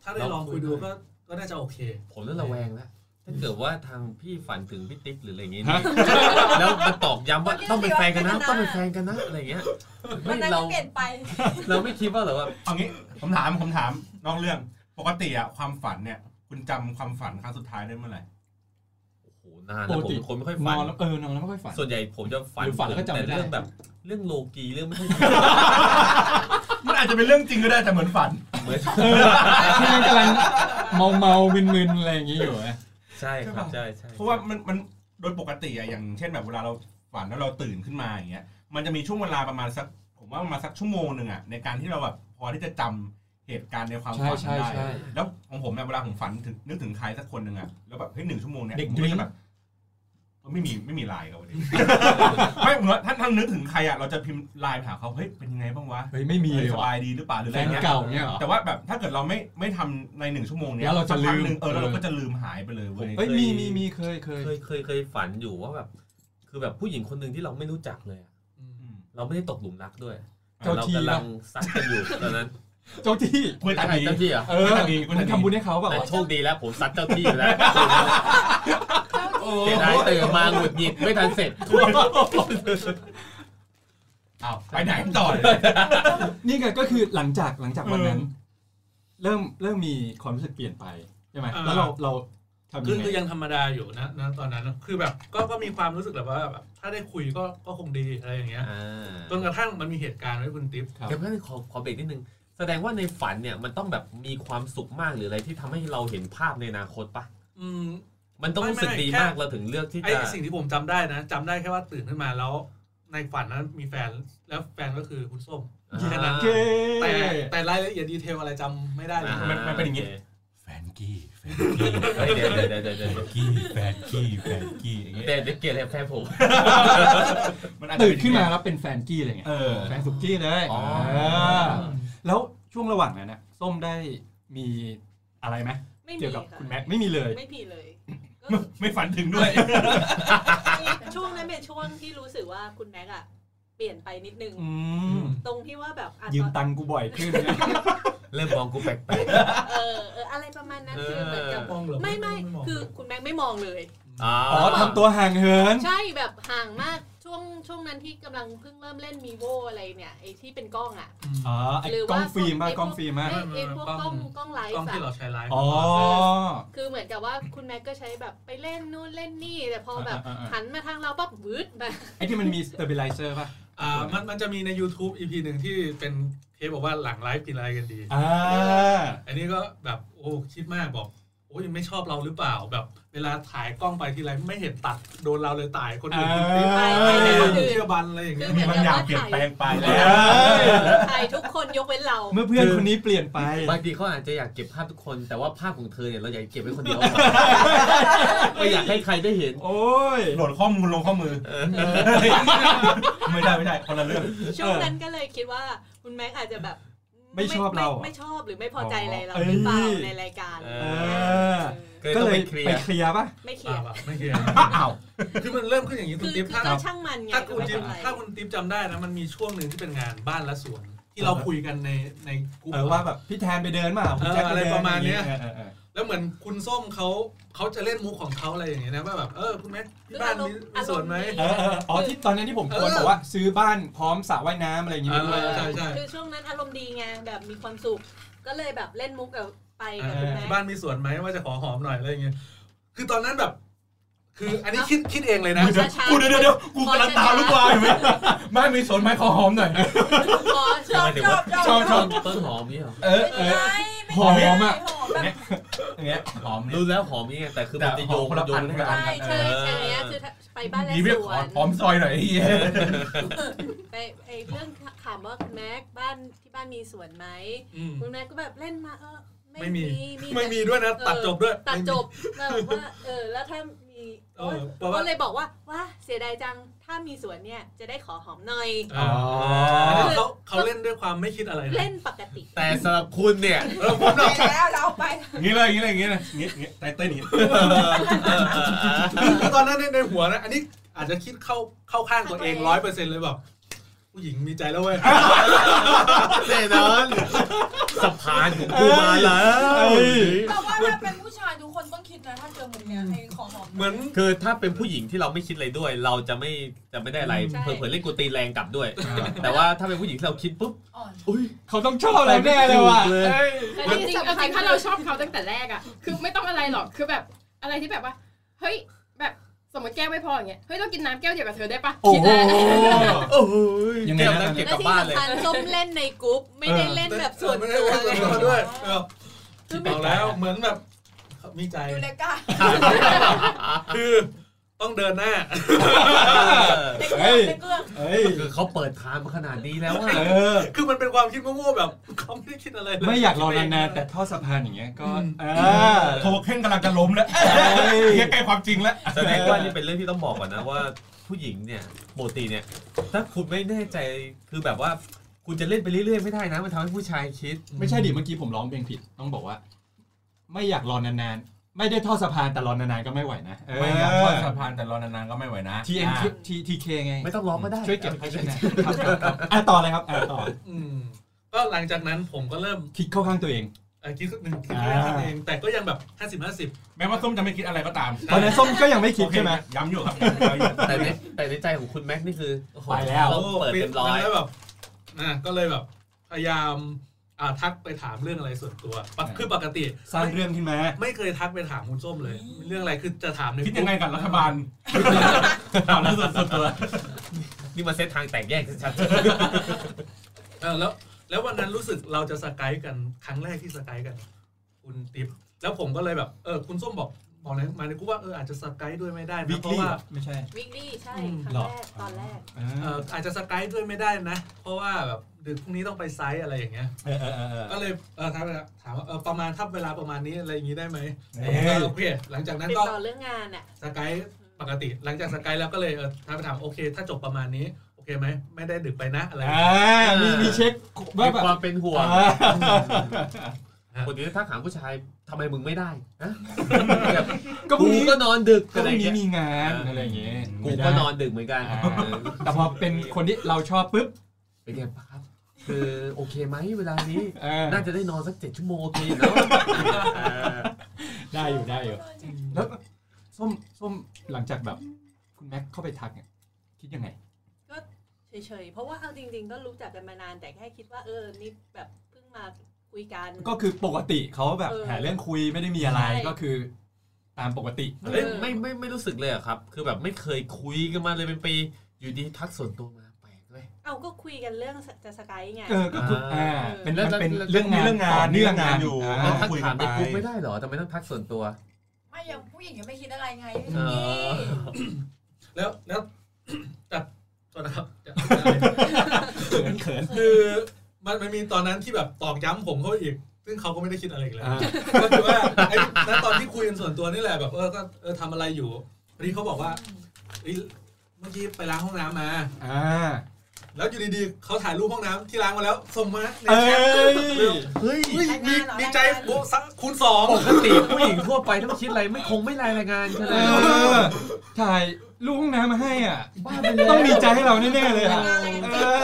S3: ถ้าได้ลองคุยดูก็ก็น่าจะโอเค
S2: ผมนั่นระแวงแล้วถ้าเกิดว่าทางพี่ฝันถึงพี่ติ๊กหรืออะไรอย่างงี้นี่แล้วมาตอกย้ำว่าต้องเป็นแฟนกันนะ ต้องเป็นแฟนกันนะอะไรอย่างเงี้ย
S7: วั
S2: ไม่
S7: นนั้น
S2: เรา
S7: ก็เปลี่ยนไป
S2: เราไม่คิดว่าหรอว่า
S4: เอางี้ผมถามผมถามนอกเรื่อง ปกติอะความฝันเนี่ย คุณจำความฝันครั้งสุดท้ายได้เมื่อไหร่
S2: โอ้โหนานแล้วผมเป็นคนไม่ค่อยฝัน
S1: แล้วเออนอนแล้วไม่ค่อยฝัน
S2: ส่วนใหญ่ผมจะฝัน
S1: หรือฝันแล้วก็จำไม่
S2: แต่
S1: ได้
S2: เรื่องแบบเรื่องโลกีเรื่อง ไม่ค่อย
S4: มันอาจจะเป็นเรื่องจริงก็ได้แต่เหมือนฝัน
S2: เหมือน
S1: เออที่มันกำลังเมาเมาๆมึนๆอะไรอย่างงี้อยู่นะ
S2: ใช่ครับใช่ใช่
S4: เพราะว่ามันมันโดยปกติอะอย่างเช่นแบบเวลาเราฝันแล้วเราตื่นขึ้นมาอย่างเงี้ย มันจะมีช่วงเวลาประมาณสัก ผมว่าประมาณสักชั่วโมงหนึ่งอะในการที่เราแบบพอที่จะจำเหตุการณ์ในความฝัน
S1: ใช่ใช่
S4: ได้
S1: ใช่
S4: แล้วของผมเนี่ยเวลาผมฝันถึงนึกถึงใครสักคนหนึ่งอะแล้วแบบเฮ้ยหนึ่งชั่วโมงเนี่ย
S1: เด็ก
S4: ผม
S1: ด
S4: ก็
S1: ริ้
S4: จะ
S1: ง
S4: แบบไม่มีไม่มีไลน์กับวั นนี้ ไม่เหมือนท่านท่านนึกถึงใครอะเราจะพิมพ์ไลน์ไปหาเขาเฮ้ยเป็นยังไงบ้างวะ
S1: เฮ้ยไม่มีเลย
S4: ส
S1: ว่ะ
S4: บายดีหรือเปล่าหรืออะ
S1: แฟ
S4: ไร
S1: น
S4: เงี้ย
S1: เก่าเนี่ยเหรอ
S4: แต่ว่าแบบถ้าเกิดเราไม่ไม่ทำในหนึ่งชั่วโมงเนี้ย
S1: แล้วเราจะลืม
S4: สักพักหนึ่งเออแล้วเราก็จะลืมหายไปเลยเว้ย
S1: เฮ้ยมีมีมีเคยเคย
S2: เคยเคยเคยฝันอยู่ว่าแบบ คือแบบผู้หญิงคนหนึ่งที่เราไม่รู้จักเลยอะเราไม่ได้ตกหลุมรักด้วยแต่
S1: เจ้า
S2: เรา
S1: ที่
S2: กำลั
S1: ปะ
S2: งซัดกันอยู่ตอนนั้น
S1: เจ้าที่
S4: กล้วยตานี
S2: เจ้าที่เหรอ่ะ
S1: เออ
S4: ล้วยตานีกล้วย
S1: มึ
S4: ตางนี
S1: ทำบุญให้เขาเปล่า
S2: แต่
S1: วะ
S2: โชคดีแล้ว ผมซัดเจ้าที่ไปแล้ว
S4: โอ้
S2: เสียดายตื่นมาหงุดหงิดไม่ทันเสร็จ
S4: อ้าวไปไหนต่อเลย
S1: นี่ไงก็คือหลังจากหลังจากวันนั้น เริ่มเริ่มมีความรู้สึกเปลี่ยนไปใช่ไหม
S3: อ่า
S1: แล้วเราเราทำ
S3: คือ
S1: ยังไง
S3: คือยังธรรมดาอยู่นะนะตอนนั้นนะคือแบบก็ก็มีความรู้สึกแบบว่าแบบถ้าได้คุยก็ก็คงดีอะไรอย่างเงี้ย
S2: อ่า
S3: จนกระทั่งมันมีเหตุการณ์ไว้คุณติ๊บ
S2: เดี๋ยวเพื่อนขอขอเบรกนิดนึง แสดงว่าในฝันเนี่ยมันต้องแบบมีความสุขมากหรืออะไรที่ทำให้เราเห็นภาพในอนาคตปะ
S3: อืม
S2: มันต้องรู้สึก
S3: ไม่ไม่
S2: ดี
S3: แค่
S2: มากเราถึงเลือกที่
S3: ไอ
S2: จะ
S3: สิ่งที่ผมจำได้นะจำได้แค่ว่าตื่นขึ้นมาแล้ว ในฝันนั้นมีแฟนแล้วแฟนก็คือคุณส้ม
S2: อ่า
S3: แค่นั้น
S1: เก้
S3: แต่แต่รายละเอียดดีเทลอะไรจำไม่ได้เลย
S2: อ่า
S4: มันมันเป็นอย่างงี้
S2: โ
S4: แฟนกี้แฟน
S2: เคเฮ้ยเดี๋ยวเดี๋ยวเดี๋ยวเดี๋ยวเดี๋ยว
S4: กี้แฟนกี้แฟนกี้อย่างเงี้ย
S2: เดี๋ยวเดี๋ยวเกลียดแฟนผม
S4: มัอจจะ
S1: ตื่นขึ้นมาแล้วเป็นแฟนกี้เลยไง
S4: เออ
S1: แฟนสุกี้เลย
S2: อ๋อ
S1: เออแล้วช่วงระหว่างนั้นน่ะส้มได้มีอะไรไหม
S5: ไม่มี
S1: เกี่ยวกับ
S5: ะ
S1: คุณแม็กซ์ไม่มีเลย
S5: ไม่มีเลยก็
S4: ไม่ฝันถึงด้วย
S5: ช่วงนั้นเป็นช่วงที่รู้สึกว่าคุณแม็กอะเปลี่ยนไปนิดนึง
S1: อืม
S5: ตรงที่ว่าแบบอ่ะ
S1: ยืม
S5: ตอน
S1: ตังค์กูบ่อยขึ้นนะ
S2: เริ่มมองกูแปลก
S5: เออเอออะไรประมาณนั้นคือเหมือนกับ
S2: เ
S3: มองเหรอ
S5: ไม่ไม่
S3: ง
S5: คือคุณแม็กไม่มองเลย
S2: ๆอ๋อ
S1: อ๋อทำตัวห่างเหิน
S5: ใช่แบบห่างมากช่วงช่วงนั้นที่กำลังเพิ่งเริ่มเล่นมีโวอะไรเนี่ยไอที่เป็นกล้องอะ
S1: อ๋อไอ้
S5: หรือก
S1: ล้อง
S5: ว่า
S1: ฟิล์มมาก
S5: ไอ้
S1: ก
S5: พวก
S1: ล้องฟิล์มมาก
S5: ไอไอพวกกล้องกล้องไล
S3: กล้อง
S5: ฟ์
S3: ที่
S5: อะ
S3: เราใช้ไลฟ์
S1: อ๋อ
S5: คือเหมือนกับว่าคุณแม็กก็ใช้แบบไปเล่นนู่นเล่นนี่ แต่พอแบบ
S1: อ่าอ่าอ่า
S5: หันมาทางเราปั๊บวืดมา
S1: ไอ้ที่มันมีสเตอร์ l ิ z เซอร์ป่ะ
S3: อ่ามันมันจะมีใน YouTube EP หนึ่งที่เป็นเทปบอกว่าหลังไลฟ์กินอะไรกันดี
S1: อ่า
S3: อันนี้ก็แบบโอ้คิดมากบอก โอ้ยไม่ชอบเราหรือเปล่าแบบ เวลาถ่ายกล้องไปทีไรไม่เห็นตัดโดนเราเลยตายคนอื่น
S1: เออ
S3: ติดตาย
S5: ไป
S3: ไม่
S5: ไป
S3: โดนเชื่อบันอะไรอย่างเงี้ย
S4: มีบางอย่างเปลี่ยนแปลงไปแล้ว
S5: ใครทุกคนยกเว้นเรา
S1: เมื่อเพื่อนคนนี้เปลี่ยนไป
S2: บางทีเขาอาจจะอยากเก็บภาพทุกคน แต่ว่าภาพของเธอเนี่ยเราอยากเก็บไว้คนเดียว ไม่อยากให้ใครได้เห็น
S1: โอ้ย
S4: โหลดข้อมูลลงข้อมือ ไม่ได้ไม่ได้คนละเรื่อง
S5: ช่วงนั้นก็เลยคิดว่าคุณแม็กอาจจะแบบ
S1: ไม่ชอบเรา
S5: ไม่ไม่ชอบหรือไม่พอใจอะไรเรา
S1: เอ้ย
S5: หรือเปล่าในรายการ
S2: เอ
S1: อ
S5: เออ
S2: ก็เลย
S1: ก็เล
S2: ต้องไป
S1: ย
S2: เคลีย
S1: ไป
S2: ร์
S1: เคลียร์ป่ะ
S3: เปล่าน เปล่า
S5: ไม่เขีย
S3: ไม่เกี่ยว
S4: อ้าว
S3: คือมันเริ่มขึ้นอย่างนี้คุ
S5: คื
S3: ณ
S5: อ
S3: ติ๊บ
S5: คือ
S3: ถ้า
S5: ก็ช่างมันไง
S3: ถ้า
S5: ก็
S3: คุณ
S5: ไม่
S3: ติ๊บ
S5: เป็นไร
S3: ถ้าคุณติ๊บจำได้นะมันมีช่วงหนึ่งที่เป็นงานบ้านและสวน ที่เราคุยกันในในกลุ่ม
S1: เออว่าแบบพี่แทนไปเดินมาคุณแจ็คปเดิ
S3: เอออะไรประมาณเนี้ย
S1: ออออเออ
S3: แล้วเหมือนคุณส้มเขาเขาจะเล่นมุกของเขาอะไรอย่างเงี้ยนะว่าแบบเออคุณแม่ที่บ้านมีมีสวนไหม
S1: เออเอออ๋อที่ตอนนั้นที่ผมควรบอกว่าซื้อบ้านพร้อมสระว่ายน้ำอะไรอย่างงี้ไปด้วย
S3: เออใช่ใช่
S5: คือช่วงนั้นอารมณ์ดีไงแบบมีความสุข ก็เลยแบบเล่นมุกกับไปกับ
S3: เออ
S5: คุณ
S3: ที่
S5: แม็ก
S3: บ้านมีสวนไหมว่าจะขอหอมหน่อยอะไรอย่างเงี้ยคือตอนนั้นแบบ คืออันนี้คิดคิดเองเลยนะ
S5: เดี๋ยว
S4: กูเดี๋ยวเดี๋ยวเดี๋ยวกูกำลังตามลูกวายอยู่ไหมไม่มีสนไม้ขอหอมหน่อย
S5: ขอ
S7: ชอบชอบช
S2: ต้
S7: อน บ
S2: หอมต้นหอมเนี่ยเหรอ
S4: เออเออ
S7: ไม่ไม่
S1: หอมอะ
S7: หอมแบบ
S4: อย่างเงี้ยหอมเนี่ย
S2: รู้แล้วหอมนี่ไงแต่คือมันจะโยง
S4: แต่หอมคนละ
S2: โย
S4: พัน
S2: ง
S4: คน
S2: กั
S4: ละ
S2: น
S4: พั
S5: ใช่ใช่ใช่เนี้ยคือถ้าไปบ้านและ
S4: นี่เรียก
S5: ส
S4: ข
S5: ว
S4: อน หอมซอยหน่อยไอ้เหี้ย
S5: ไปไอ้เรื่องถามว่าคุณแม็กบ้านที่บ้านมีสวนไหม
S3: อืม
S5: คุณแม็กก็แบบเล่นมาเออ
S3: ไม่
S5: ไม่
S3: มี
S5: มี
S3: ไม่
S5: แต่
S3: มีด้วยนะ
S5: เออ
S3: ตัดจบด้วย
S5: ตัด
S3: ไม่มี
S5: จบแบบว่าเออแล้วถ้ามี
S3: เออแปลว่า
S5: ก็เลยบอกว่าว่าเสียดายจังถ้ามีสวนเนี่ยจะได้ขอหอมหน่อย
S3: อ่าอันนี้เขาเขาเล่นด้วยความไม่คิดอะไรนะ
S5: เล่นปกติ
S2: แต่สำหรับคุณเนี่ย
S3: เออผม
S7: ไป
S3: เนาะ
S7: แล้วเราไป
S4: งี้เลยงี้เลยงี้เลยงี้งี้ไตเติ้ลนี้
S3: คือตอนนั้นในในหัวนะ อันนี้อาจจะคิดเข้าเข้าข้างตัวเองร้อยเปอร์เซ็นต์เลยแบบผู้หญิงมีใจแล้วเว้ย
S2: แน่นอนสะพานของกูมาแล้ว
S1: เอ้ย
S7: แต่ว่าถ้าเป็นผู้ชายทุกคนต้องคิดนะถ้าเจอมุมเนี้ยไอ้ขอหอม
S3: เหมือน
S2: คือถ้าเป็นผู้หญิงที่เราไม่คิดอะไรด้วย เราจะไม่จะไม่ได้อะไรเผื่อๆเล่นกูตีแรงกลับด้วย แต่ว่าถ้าเป็นผู้หญิงที่เราคิดปุ๊บ
S7: อ่อน
S2: อุ้ย
S1: เขาต้องชอบเราแน่เลยว่ะ
S2: เลย
S1: เอ้ย
S6: แต่จริงๆเอาจริงถ้าเราชอบเขาตั้งแต่แรกอ่ะ คือไม่ต้องอะไรหรอก คือแบบอะไรที่แบบว่า เฮ้ย แบบสมมติแก้วไม่พออย่างเงี้ย เฮ้ยเรากินน้ำแก้วเดียวกับเธอได้ปะคิดแล้ว
S2: โอ้ย
S1: ยังไง
S2: แก้ว
S1: นะ
S2: นั้นเก็บก
S5: และ
S2: ลับ
S5: ที่
S2: บ้านเลย
S5: สำคัญส้มเล่นในกรุ๊ปไม่ได้เล่นแบบส่วน
S3: ไม่ได้
S5: ตัว
S3: เล่น
S5: เลย
S3: ส่วนตัวด้วยเออเอาแล้วเหมือนแบบมีใจ
S7: ดูเลก้า
S3: คือต้องเดินหน้า
S7: เด็ก
S1: เฮ้ย
S7: เกือกเด็กเกือก
S1: เอ้ย
S2: คือเขาเปิดทางมาขนาดนี้แล้วอะ
S1: เออ
S3: คือมันเป็นความคิดโง่ๆแบบเขาไม่ได้คิดอะไรเลย
S1: ไม่อยากรอนานๆแต่ทอดสะพานอย่างเงี้ยก็เออ
S4: โทเค็นกำลังจะล้มแล้ว
S1: เอ้ย
S4: เหี้ยใกล้ความจริงแล้ว
S2: แสดงว่านี่เป็นเรื่องที่ต้องบอกก่อนนะว่าผู้หญิงเนี่ยปกติเนี่ย ถ้าคุณไม่แน่ใจคือแบบว่าคุณจะเล่นไปเรื่อยๆไม่ได้นะมันทำให้ผู้ชายคิด
S1: ไม่ใช่ดิเมื่อกี้ผมร้องเพลงผิดต้องบอกว่า ไม่อยากรอนานๆ ไม่ได้ทอดสะพานแต่รอนานๆก็ไม่ไหวนะเ
S4: ไม่อยากทอดสะพานแต่รอนานๆก็ไม่ไหวนะ
S1: ทีเอ็นทีทีเคไง
S2: ไม่ต้องร้องก็ได้
S1: ช่วยเก็บให้ชนะครับครับครับอ่ะต่อเลยครับอ่ะต่อ
S3: อืมก็หลังจากนั้นผมก็เริ่ม
S1: คิดเข้าข้างตัวเอง
S3: เอ่อคิดหนึ่งคิดเรื่องนั้นเองแต่ก็ยังแบบห้าสิบห้าสิบ
S4: แม้ว่าส้มจะไม่คิดอะไรก็ตาม
S1: ตอนนั้นส้มก็ยังไม่คิดใช่ไหม
S4: โอเคย้ำอยู่ครับ
S2: แต่ในแต่ในใจของคุณแม็กซ์นี่คือโอ้โห
S1: ไปแล้ว
S2: เราเปิดเต็มร้อย
S3: แล้วแบบอ่ะก็เลยแบบ พยายามอ่ะทักไปถามเรื่องอะไรส่วนตัวปะ
S1: อ่า
S3: คือปกติ
S1: สร้าง
S3: ไม่
S1: เรื่องขึ้นมา
S3: ไม่เคยทักไปถามคุณส้มเลย เรื่องอะไรคือจะถามใน
S4: คิดยังไงกับรัฐบาลถามเรื่องส่วนตัว
S2: นี่มาเซตทางแตกแยกชัด
S3: เออแล้ว แล้ววันนั้นรู้สึกเราจะสกายกันครั้งแรกที่สกายกัน คุณติ๊บแล้วผมก็เลยแบบเออคุณส้มบอกบอกนะมาในกูว่าเอออาจจะสกายด้วยไม่ได้นะเพราะ
S1: weekly
S3: ว่า
S1: ไม่ใช่
S5: วิกลี่ใช่
S3: อืม
S5: ครั้ง
S1: หรอ
S5: แรกตอนแรก
S1: อ่า
S3: เอออาจจะสกายด้วยไม่ได้นะ เพราะว่าแบบดึกพรุ่งนี้ต้องไปไซต์อะไรอย่างเงี้ย
S1: เออเออเออเออ
S3: ก็เลยเออถามว่าถามว่าเออประมาณทับเวลาประมาณนี้อะไรอย่างงี้ได้ไหม
S1: เอ้ย
S3: โอเคหลังจากนั้น
S5: ติด
S3: ก็
S5: ต่อเรื่องงานอ่ะ
S3: สกายปกติหลังจากสกายแล้วก็เลยเออถามไปถามโอเค ถ้าจบประมาณนี้ โอเคไหมไม่ได้ดึกไปนะอะไร
S1: อ่ามีมีเช็ค
S2: ๆ
S1: ว่า
S2: มี
S1: แบบ
S2: ความเป็นห่วง
S1: อ่า
S2: คนนี้ถ้าถามผู้ชายทำไมมึงไม่ได้นะ
S1: ก็พ
S2: กู
S1: รุ่งนี้
S2: ก็นอนดึก
S1: ก็
S2: อะไร
S1: พรุ่งนี้
S2: เงี้ย
S1: มีงานอะไรอย่างเงี้ย
S2: กู
S1: ไม่ได้
S2: ก็นอนดึกเหมือนกันเออ
S1: แต่พอเป็นคนที่เราชอบปุ๊บ
S2: เป็นไงปะครับ คือโอเคไหมเวลานี้
S1: เออ
S2: น่าจะได้นอนสักเจ็ดชั่วโมงโอเคอยู่แล้วเออ
S1: ได้อยู่ได้อยู่ แล้วส้มส้มหลังจากแบบคุณแม็กเข้าไปทักเนี่ยคิดยังไง
S5: เฉยๆ เพราะว่าเอาจริงๆ ก็รู้จักกันมานานแต่แค่คิดว่าเออ นี่แบบเพิ่งมาคุยกัน
S1: ก็คือปกติเขาแบบ
S5: เออ
S1: หาเรื่องคุยไม่ได้มีอะไร
S5: ใช่
S1: ก็คือ ตามปกติ
S2: เอ้ยไม่ไม่ไม่รู้สึกเลยเหรอะครับ คือแบบไม่เคยคุยกันมาเลยเป็นปีอยู่ดีทักส่วนตัวมาแปลกเลย
S5: เอา เอาก็คุยกันเรื่องจะสกายไง
S1: เออก็คืออ่า
S5: อ่า
S1: เป็น
S2: แล้ว
S1: มันเป็น
S2: แล้ว
S1: เรื่องงาน
S4: เรื่องงาน
S1: ต่เนื่องงาน
S4: เรื่องงานอยู่
S1: อยู่
S4: อ่
S2: แล้ว
S1: า
S2: ทัก
S4: คุยกั
S2: ผ่าน
S4: น
S2: ใน
S4: ไป
S2: กรุ๊ปไม่ได้เหรอทำไมต้องทักส่วนตัว
S7: ไม่อยังผู้หญิงยังไม่คิดอะไรไงพี่
S2: เอ
S7: ตุ๊กกี้
S2: อ
S3: แล้วแล้ว จับโทษนะครับ จับ
S4: เขินเขิน
S3: คือมันมันมีตอนนั้นที่แบบตอกย้ำผมเข้าไปอีก ซึ่งเขาก็ไม่ได้คิดอะไรอีกแล้ว ก็คือว่าไอ้ณตอนที่คุยกันส่วนตัวนี่แหละแบบเออก็เออทำอะไรอยู่พอดีเขาบอกว่าเอ้ยเมื่อกี้ไปล้างห้องน้ำมา
S1: อ่า
S3: แล้วอยู่ดีๆเขาถ่ายรูปห้องน้ำที่ล้างมาแล้ว ส่งมาใน
S1: เอ้
S3: แชท
S1: ย
S2: เฮ้ย
S3: เฮ้ยดีดีใจโอ้สักคูณสอง
S2: ปกติผู้หญิงทั่วไปถ้าไม่คิดอะไรไม่คงไม่รายงานใช่ไห
S1: เอ
S2: ม
S1: อถ่ายลูกห้องน้ำมาให้อ่ะ
S2: บ้าไปแล้ว
S1: ต้องมีใจให้เราแน่ๆเลยอ่ะเออ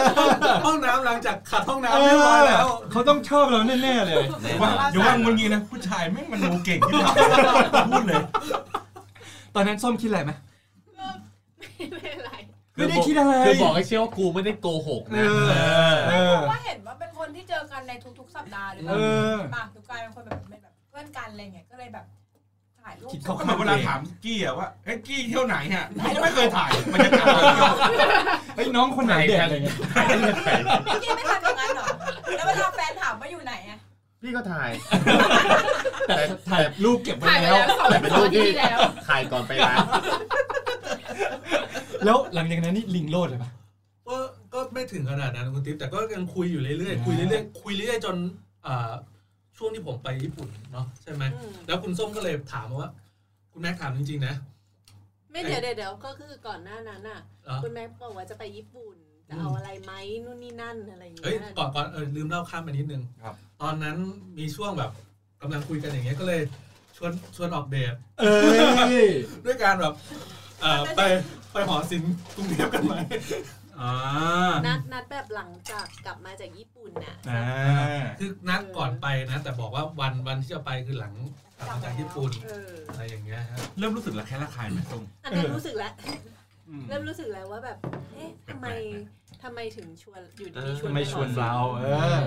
S3: ห้องน้ำหลังจากขัดห้อง
S1: เอ
S3: น้ำเรียบร้อย
S1: อ
S3: แล้ว
S1: เขาต้องชอบเราแน่ๆเลย
S2: แน่น
S4: ว่า
S2: อน
S4: อย่าว่างนงี้นะ ผู้ชายแม่งมันดูเก่งที่สุดพูดเลย
S1: ตอนนั้นส้มคิดอะไรไหม
S5: ไม่เป็นไร
S1: ไม่ได้คิดอะไร
S2: คือบอกให้เชื่อว่ากูไม่ได้โกหก
S1: เอ
S2: นะ
S1: อ เอ
S7: เพ
S1: อ
S7: ราะว่าเห็นว่าเป็นคนที่เจอกันในทุกๆ สัปดาห์หรือเป
S1: เอ
S7: ล่า
S1: อ
S7: ป่ะทุกกลายเป็นคนแบบเป็นแบบเพื่อนกันอะไรเงี้ยก็เลยแบบถ่ายรูป
S1: คิด
S4: เขา
S1: เข้า
S4: ก็เหมือนเวลาถามกี้อะว่าเฮ้ยกี้เที่ยวไหนอะไม่เคยถ่ายบรรยากาศเที่ยว
S1: เฮ้ยน้องคนไหนเด็กอะไรเงี้ย
S7: พี่กี้ไม่ทำอย่างนั้นเหรอแล้วเวลาแฟนถามว่าอยู่ไหนอะ
S2: พี่ก็ถ่าย
S1: แต่ถ่ายรูปเก็บไว้
S6: ถ่ายไป
S1: แล้ว
S6: แล้วสอง
S2: เป็น
S6: สอ
S2: รูป
S6: งอาทิต
S2: ที่
S6: ย์ที่แล้ว
S2: ถ่ายก่อนไปร้าน
S1: แล้วหลังจากนั้นนี่ลิงโลดเลยปะ
S3: ก็ก็ไม่ถึงขนาดนั้นคุณติ๊บแต่ก็ยังคุยอยู่เรื่อย
S1: อ่า
S3: ๆคุยเรื่อยๆคุยเรื่อยๆจนอ่าช่วงที่ผมไปญี่ปุ่นเนาะใช่ไหม
S5: อืม
S3: แล้วคุณส้มก็เลยถามมาว่า คุณแม็กถามจริงๆนะ
S5: ไม่เดี๋ยวเดี๋ยวเดี๋ยวก็คือก่อนหน้านั้นอ่ะ
S3: เอ้า
S5: คุณแม่บอกว่าจะไปญี่ปุ่น จะเอาอะไรไหมนู่นนี่นั่นอะไรอย่าง
S3: เฮ้ย
S5: เงี้ย
S3: ก่อนก่อนเออลืมเล่าข้ามไปนิดนึง
S4: ครับ
S3: ตอนนั้นมีช่วงแบบกำลังคุยกันอย่างเงี้ยก็เลยชวนชวนออกเดท
S1: เอ้ย
S3: ด้วยการแบบเอ่อไปไปหอศิลป์กรุงเทพกันไหม
S4: อ่า
S5: นัดนัดแบบหลังจากกลับมาจากญี่ปุ่นน่ะ
S1: อ่า
S3: คือนัดก่อนไปนะ แต่บอกว่าวันวันที่จะไปคือหลังกลับมาจากญี่ปุ่น
S5: เออ
S3: อะไรอย่างเงี้ยฮะ
S4: เริ่มรู้สึกระแคะระคายไหมตรง
S5: อันนั้น
S1: เออ
S5: รู้สึกแล้ว เริ่มรู้สึกแล้วว่าแบบ เอ๊ะทำไมทำไมถึงชวนอยู่ดีๆชวน
S1: ทำไมชวนเราเออ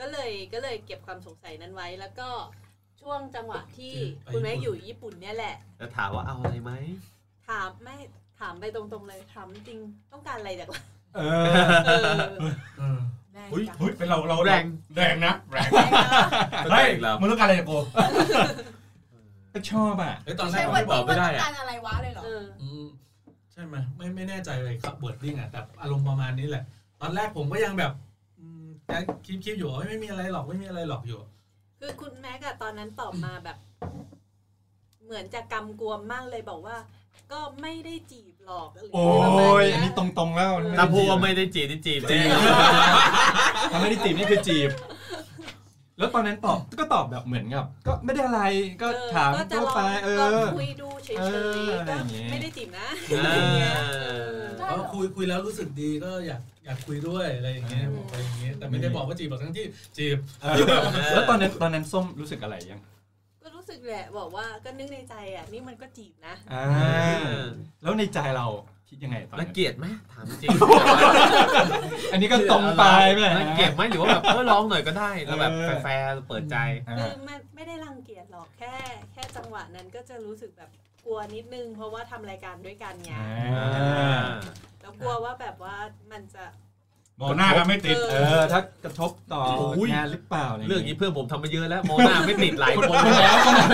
S5: ก็เลยก็เลยเก็บความสงสัยนั้นไว้ แล้วก็ช่วงจังหวะที่
S3: ไป
S5: คุณแม่
S3: ญี่ปุ่น
S5: อยู่ญี่ปุ่นเนี่ยแหละ
S2: แล้วถามว่าเอาอะไรไหม
S5: ถามไม่ถามไปตรงๆเลยถามจริงต้องการอะไรจากเรา
S1: เออ
S5: เออ
S3: เออ
S7: แรง
S4: เฮ้ย
S7: จัง
S4: เฮ้ยเป็นเราเรา
S2: แรง
S4: แรงนะ แรง
S7: แรงนะ
S2: เฮ้
S4: เฮ้
S2: ย
S4: ย
S2: เรา
S4: มึงต้องการอะไรจากกู
S1: ก็ชอบอ่ะ
S3: เฮ้ยตอนแร
S7: ใช่
S3: ก
S7: วัน
S3: ไม่บ
S7: นี้
S3: อก
S7: ว่าต้องการอะไรวะเลยเหรอ
S5: เออ
S3: อืมใช่ไหมไม่ไม่แน่ใจเลยครับบทดิ้งอ่ะแต่อารมณ์ประมาณนี้แหละ ตอนแรกผมก็ยังแบบอืมยังคิดคิดอยู่ว่าเฮ้ยไม่มีอะไรหรอกไม่มีอะไรหรอกอยู่
S5: คือคุณแม็กอะตอนนั้นตอบมาแบบ เหมือนจะกำกวมมากเลยบอกว่า ก็ไม่ได้จีบหรอกอะไร
S1: โอ้
S5: ประมาณ
S1: ย
S5: เนี้
S1: อันนี้ตรงๆแล้ว
S2: ถ้าพูดว่าไม่ได้จีบนี่จีบจริง
S1: ถ้าไม่ได้จีบนี่คือจีบ แล้วตอนนั้นตอบก็ตอบแบบเหมือนกับ ก็ไม่ได้อะไรก็
S5: เออ
S1: ถาม
S5: ก็จะ
S1: ทั่ว
S5: ลอง
S1: ไปเอ
S5: ลอง
S1: อ
S5: คุยดูเฉย
S1: เออ
S5: ๆ
S1: อะไร
S5: ก็
S1: อย่างเงี้ย
S5: ไม่ได้จีบนะ
S2: อ่า
S3: เพราะคุยคุยแล้วรู้สึกดีก็อยากอยากคุยด้วยอะไรอย่างเงี้ยบอกไปอย่างเงี้ยแต่ไม่ได้บอกว่าจีบหรอกทั้งที่จีบ
S1: เออแล้วตอนนั้นตอนนั้นส้มรู้สึกอะไรยัง
S5: ก็รู้สึกแหละบอกว่าก็นึกในใจอะนี่มันก็จีบนะ
S1: อ่า
S2: เออ
S1: แล้วในใจเราคิดยังไงตอน
S2: รั
S1: นั้
S2: ง
S1: น
S2: เกียจไหมถามจริง
S1: อันนี้ก็ตรงไปไหมฮะ
S2: รังเกียจไหมหรือว่าแบบเออร้องหน่อยก็ได้แล้วแบบ
S1: เออ
S2: แฟร์ๆเปิดใจ
S1: อ่า
S5: คือไม่ไม่ได้รังเกียจหรอกแค่ แค่จังหวะนั้นก็จะรู้สึกแบบกลัวนิดนึง เพราะว่าทำรายการด้วยกันไง
S1: อ่า
S5: แล้วกลัวว่าแบบว่ามันจะ
S4: มองหน้ากันไม่ติด
S1: เออถ้ากระทบต่อ
S2: โอ้ย
S1: งานหรือเปล่าะไย่าย
S2: เรื่องนี้เพื่อนผมทำมาเยอะแล้วมองหน้าไม่ติดหลายคน
S1: คนไหนครับ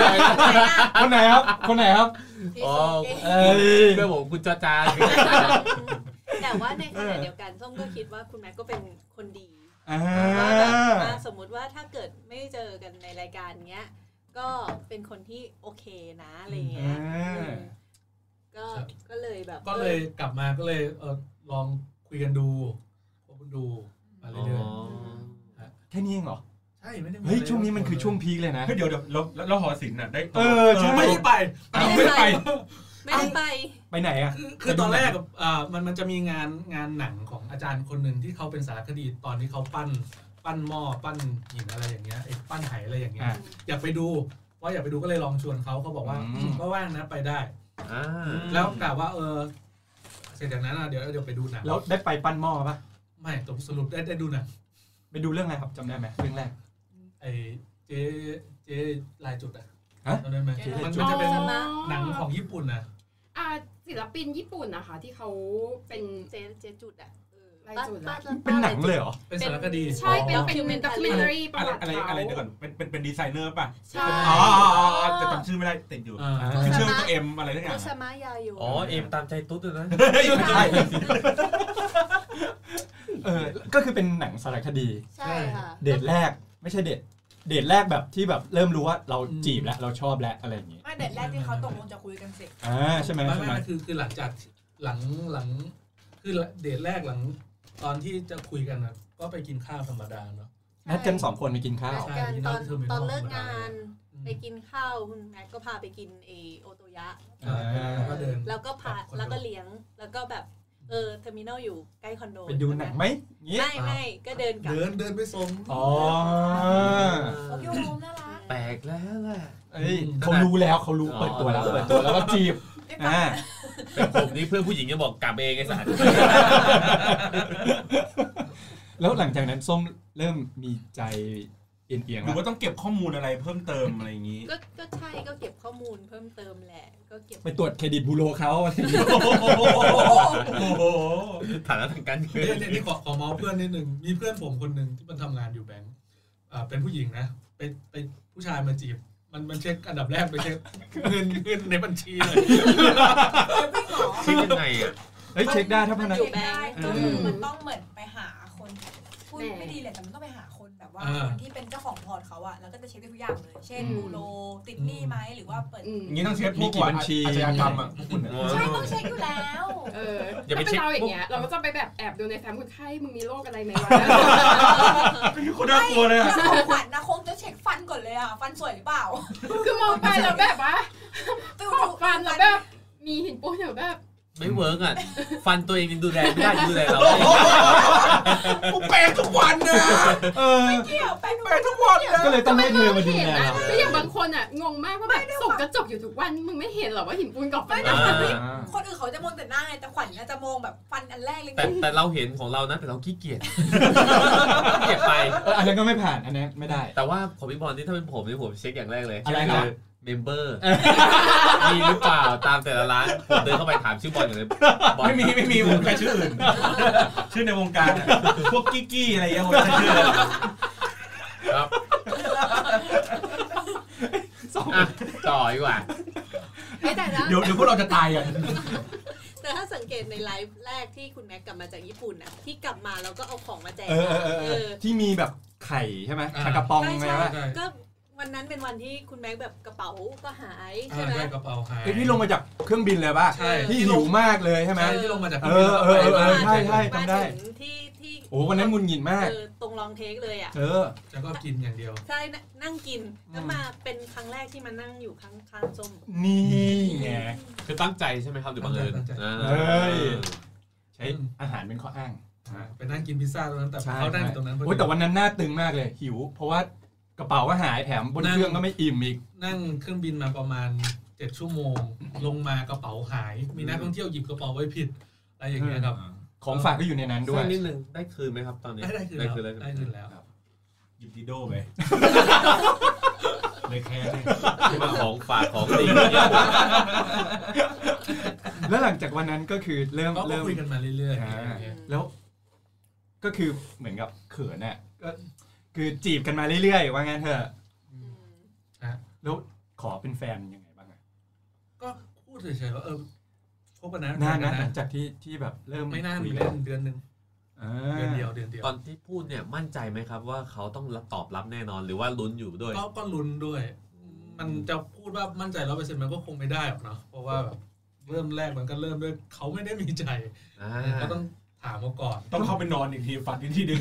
S1: คนไหนครับคนไหนครับ
S7: พี่
S2: อ๋อ
S7: ตุ๊กกี้
S1: เอ้ย
S2: เพื่อนผมคุณจอจาน
S5: แต่ว่าในขณะเดียวกันส้มก็คิดว่าคุณแม็กก็เป็นคนดี
S1: อ่า
S5: ว่าแบบว่าสมมุติว่าถ้าเกิดไม่เจอกันในรายการเนี้ย ก็เป็นคนที่โอเคนะอะไรเงี้ย
S1: อ่า
S5: เออก็ก็เลยแบบ
S3: ก็เลยกลับมาก็เลยเออลองคุยกันดูคบกันดูมาเรื่อย
S1: แค่นี้เองเหรอ
S3: ๆใช่ไม่ได้มี
S1: เฮ้ย
S3: อะไร
S1: ช่วงนี้มันคือช่วงพีคเลยนะ
S4: เฮ้ยเดี๋ยวเดี๋ยวเราเราหอศิลป์น่ะได้ตัว
S1: เออใช่
S3: ไม่ได้ไป
S4: ไม่ได้ไป
S5: ไม่ได้ไป
S1: ไปไหนอ่ะ
S3: คือคือตอนแรกอะอ่ามันมันจะมีงานงานหนังของอาจารย์คนหนึ่งที่เขาเป็นสารคดีตอนที่เขาปั้น ปั้นหม้อปั้นหินอะไรอย่างเงี้ยไอ้ปั้นไหอะไรอย่างเงี้ย
S1: อ่ะ
S3: อยากไปดูว่าอยากไปดูก็เลยลองชวนเขาเขาบอกว่า
S1: อืม
S3: อืมก็ว่างนะไปได้ แล้วกล่าวว่าเออเสร็จจากนั้นอะเดี๋ยวเดี๋ยวไปดูหนัง
S1: แล้วได้ไปปั้นหม้อปะ
S3: ไม่ตกสรุปได้ได้ดูหนัง
S1: ไปดูเรื่องอะไรครับจำได้ไหมเรื่องแรก
S3: ไอ้เจ๊เจ๊ลายจุดอะ
S1: ฮะ
S3: จำได้ไหม
S1: เจ๊ลายจุด
S3: มันมันจะเป็น
S6: อ๋อ
S3: หนังของญี่ปุ่นนะ
S6: อ่าศิลปินญี่ปุ่นนะคะที่เขาเป็น
S5: เจเจจุดอ่ะเออ
S6: ราย
S5: บ้าน
S6: จุด
S5: บ้า
S6: ละ
S5: นละ
S1: เป็นหนังเลยเหรอ
S3: เป็นสารคดี
S6: ใช่เป็น
S5: อ๋อ
S6: เป็นเป็นด็อกิเมนทารีประ
S4: อะไร
S6: วัติ
S4: อะไร
S6: เขา
S4: อะไรเดี๋ยวก่อนเป็นเป็นเป็นดีไซเนอร์ป่ะ
S6: ใช่
S4: อ๋ออ๋ออ๋อแต่จำชื่อไม่ได้ติดอยู่
S3: อ่า
S4: คือชื่อตัวเอ็มอะไรทั้งอ
S5: โค
S4: ย่าง
S5: สมายาอยู่
S2: อ๋อเอมตามใจตุ๊ดเลยนะ
S4: เฮ้ยไม่ใช่
S1: เออ ก็คือเป็นหนังสารคดี
S5: ใช่ค่ะ
S1: เดทแรกไม่ใช่เดทเดทแรกแบบที่แบบเริ่มรู้ว่าเราจีบแล้วเราชอบแล้วอะไรอย่างงี้
S7: ไม่เด็ดแรกที่เขาตกลงจะคุยกันเสร็จ
S1: อ่าใช่ไหม
S3: ไม่
S1: ใช่
S3: ไม่
S1: ไหม
S3: ไม่คือคือหลังจากหลังหลังคือเดทแรกหลัง ตอนที่จะคุยกันนะก็ไปกินข้าวธรรมดาเนาะ
S1: นัดกันสองคนไปกินข้าว
S5: นัดกันตอน
S3: ใช่ที่นอน กเท
S5: ตอ
S3: อร์มินอล
S5: เลิกงานไปกินข้าวคุณแม็กก็พาไปกินเอโอโตยะ
S1: อ่า
S3: แล้วก็เดิน
S5: แล้วก็พา
S3: แบบคอนโด
S5: แล้วก็เลี้ยงแล้วก็แบบเออเทอร์มินอลอยู่ใกล้คอนโด
S1: ไปดูหนังไหมงี้
S5: ไม่ไม่ก็เดินกลับ
S3: เดินเดินไปส่ง
S1: อ๋อ
S7: โอเคโอมน่ารัก
S2: แปลกแล้วแหละ
S1: เอ้ย
S3: อืม
S1: เขารู้แล้วเขารู้
S2: อ๋อ
S1: เปิดตัวแล้วเปิดตัวแล้วก็จีบอ่า
S2: แต่ผมนี่เพื่อนผู้หญิงจะบอกกลับเองไอ้สาร
S1: แล้วหลังจากนั้นส้มเริ่มมีใจเอียงๆ
S4: หรื
S1: แล้
S4: อ
S1: ว
S4: ว่าต้องเก็บข้อมูลอะไรเพิ่มเติมอะไรอย่างนี้
S5: ก็ก็ใช่ก็เก็บข้อมูลเพิ่มเติมแหละ ก็เก็บ
S1: ไปตรวจเครดิตบูโรเขาอะไรอย่างงี้
S4: โอ้โห
S2: ฐานะทางการเงิน
S3: เนี่ยเนี่ยนี่ขอขอเมาส์เพื่อนนิดนึงมีเพื่อนผมคนหนึ่งที่มันทำงานอยู่แบงก์อ่าเป็นผู้หญิงนะไปไปผู้ชายมาจีบ มันมันเช็คอันดับแรกไปเช็คเงินเงินในบัญชีเลย
S7: ไม่หรอ
S2: คิดยังไงอ่ะ
S1: เฮ้ยเช็คได้ถ้าพนัก
S7: อยู่ได้ก็คือมันต้องเหมือนไปหาคนพูดไม่ดีเลยแต่มันต้องไปหาคนแบบว่า
S3: อ่า
S7: คนที่เป็นเจ้าของพอร์ตเขาอะแล้วก็จะเช็คได้ทุกอย่างเลย เช่นบูโรติดหนี้ไหมหรือว่าเปิด
S6: อืม
S4: อย่างนี้ต้องเช็คพ
S1: มี
S4: วก
S1: กี่บัญชี
S4: อาชญากรรมอ่ะพวกคุณอะ
S7: ใช่ต้องเช็คอยู่แล้ว
S6: เออ
S2: อย่าไป
S6: ถ้าเป็น
S2: เช็ค
S6: เราอย่างเงี้ยเราก็จะไปแบบแอบดูในแฟ้มคนไข้มึงมีโรคอะไรไหมวะ
S4: คนน่ากลัวเลย
S7: แล้
S4: อะ
S7: วของขวัญนะคงจะเช็คฟันก่อนเลยอะฟันสวยหรือเปล่า
S6: คือมองไปแล้วแบบว่า
S7: ฟิ
S6: ขอบฟันแล้วแบบมีหินปูนอยู่แบบ
S2: ไม่เวิร์กอ่ะ ฟันตัวเองยังดูแลไม่ได้ยังดูแลเรา
S4: กูแปลงทุกวันนะ
S1: เออ
S7: เกี่ยวไปดู
S4: แปลงทุกวันนะ
S1: ก็เลยต้องให้เธอมาดูแล
S6: นะ
S1: เรา
S6: แล้วอย่างบางคนอ่ะงงมากว่าแบบส่องกระจกอยู่ทุกวันมึงไม่เห็นเหรอว่าหินปูนกรอบฟัน
S2: อ่า
S7: คนอื่นเขาจะมองแต่หน้าไงแต่ขวัญอาจจะมองแบบฟันอันแรกเลย
S2: แต่แต่เราเห็นของเรานะ แต่เราขี้เกียจขี้เกียจไป
S1: เอออันนั้นก็ไม่ผ่านอันนั้นไม่ได้
S2: แต่ว่าผมพี่บอลนี่ถ้าเป็นผมนี่ผมเช็คอย่างแรกเลย
S1: อะไรนะ
S2: เมมเบอร์มีหรือเปล่าตามแต่ละร้านผมเดินเข้าไปถามชื่อบอลอย่างเลยบอล
S4: ไม่มีไม่มีผมแปลชื่ออื่น ชื่อในวงการอะพวกกิ๊กกี้อะไรอย่างเงี้ยผมใช้ชื่อ
S2: ครับ
S1: สอง
S2: อ่ะต่อดีกว่า
S5: ไม่แต่นะ
S4: เดี๋ยวเดี๋ยวพวกเราจะตายกัน
S5: แต่ถ้าสังเกตในไลฟ์แรกที่คุณแม็กกลับมาจากญี่ปุ่นนะที่กลับมาแล้วก็เอาของมาแจก
S1: เออเออเออเออที่มีแบบไข่ใช่ไหม
S3: อ่า
S1: ชากระป๋อง
S5: ใช่
S1: ไหม
S5: ใช่
S1: ว่า
S3: ใช่
S5: ก็วันนั้นเป็นวันที่คุณแม็กแบบกระเป๋าก็หาย
S3: อ่า
S5: ใช่ไหม
S3: ได้กระเป๋าหาย
S1: ไอ้ที่ลงมาจากเครื่องบินเลยป่ะ
S3: ใช่
S1: ที่หิวมากเลยใช่ไหม
S3: ใช่ที่ลงมาจาก
S1: เออเออเออเออใช่ใช่
S5: มา
S1: จำได้
S5: ถึงที่ที่
S1: โอ้วันนั้นหงุนหงินมาก
S5: เออตรงลองเทคเลยอ่ะ
S1: เออ
S3: แล้วก็กินอย่างเดียว
S5: ใช่นะนั่งกินก็มาเป็นครั้งแรกที่มานั่งอยู่ข้างข้างส้ม
S1: นี่ไง
S2: คือตั้งใจใช่ไหมครับหรือบังเอิญ
S3: ตั้งใจ
S2: อ่า
S1: เฮ้ย ใช้อาหารเป็นข้ออ้าง
S3: อ่าไปนั่งกินพิซซ่าตรงนั้นแต่
S1: ใช่
S3: เขานั่งอยู่ตรงนั้นพอ
S1: โอ้ยแต่
S3: ดี
S1: วันนั้นหน้าตึงมากเลย หิว เพราะว่ากระเป๋าก็หายแถมบนเครื่องก็ไม่อิ่มอีก
S3: นั่งเครื่องบินมาประมาณเจ็ดชั่วโมง ลงมากระเป๋าหาย มีนักท่องเที่ยวหยิบกระเป๋าไว้ผิดอะไรอย่างเงี้ยครับ
S1: ของฝากก็อยู่ในนั้น
S2: ด้
S1: ด้
S2: ว
S1: วย ย
S2: นิดนึงได้คืนไหมครับตอนนี้
S3: ได้ได้คืนแล้ว
S2: แล้ว
S3: ได้คืนแล้ว
S4: หยิบดิโด้ไปเลยแค่เนี่ย
S2: ที่ว่าของฝากของดี
S1: แล้วหลังจากวันนั้นก็คือเริ่ม
S3: ก็ก็
S1: เริ่ม
S3: คุยกันมาเรื่อย
S1: อ่า
S3: ๆ
S1: แล้วก็คือเหมือนกับเขินน่ะก็คือจีบกันมาเรื่อยๆ ว่างั้นเถอะ
S5: อืม
S1: แล้วขอเป็นแฟนยังไงบ้างอะ
S3: ก็พูดเฉยๆว่าเออคบกันนะ
S1: นานนะห
S3: คบกั
S1: ลังจากที่ที่แบบเริ่ม
S3: ไม่นาน
S1: คุย
S3: เดื
S1: กั
S3: อน
S1: น
S3: เดือนหนึ่ง
S1: อ่า
S3: เดือนเดียวเดือนเดียว
S2: ตอนที่พูดเนี่ยมั่นใจไหมครับว่าเขาต้องรับตอบรับแน่นอนหรือว่าลุ้นอยู่ด้วย
S3: ก็ก็ลุ้นด้วย มันจะพูดว่ามั่นใจร้อยเปอร์เซ็นต์มันก็คงไม่ได้หรอกเนาะเพราะว่าแบบเริ่มแรกมันก็เริ่มด้วยเขาไม่ได้มีใจ
S2: อ่า
S3: ก็ต้องถามเขาก่อน
S4: ต้องเข้าไปนอนอีกทีฝันอีกทีดึง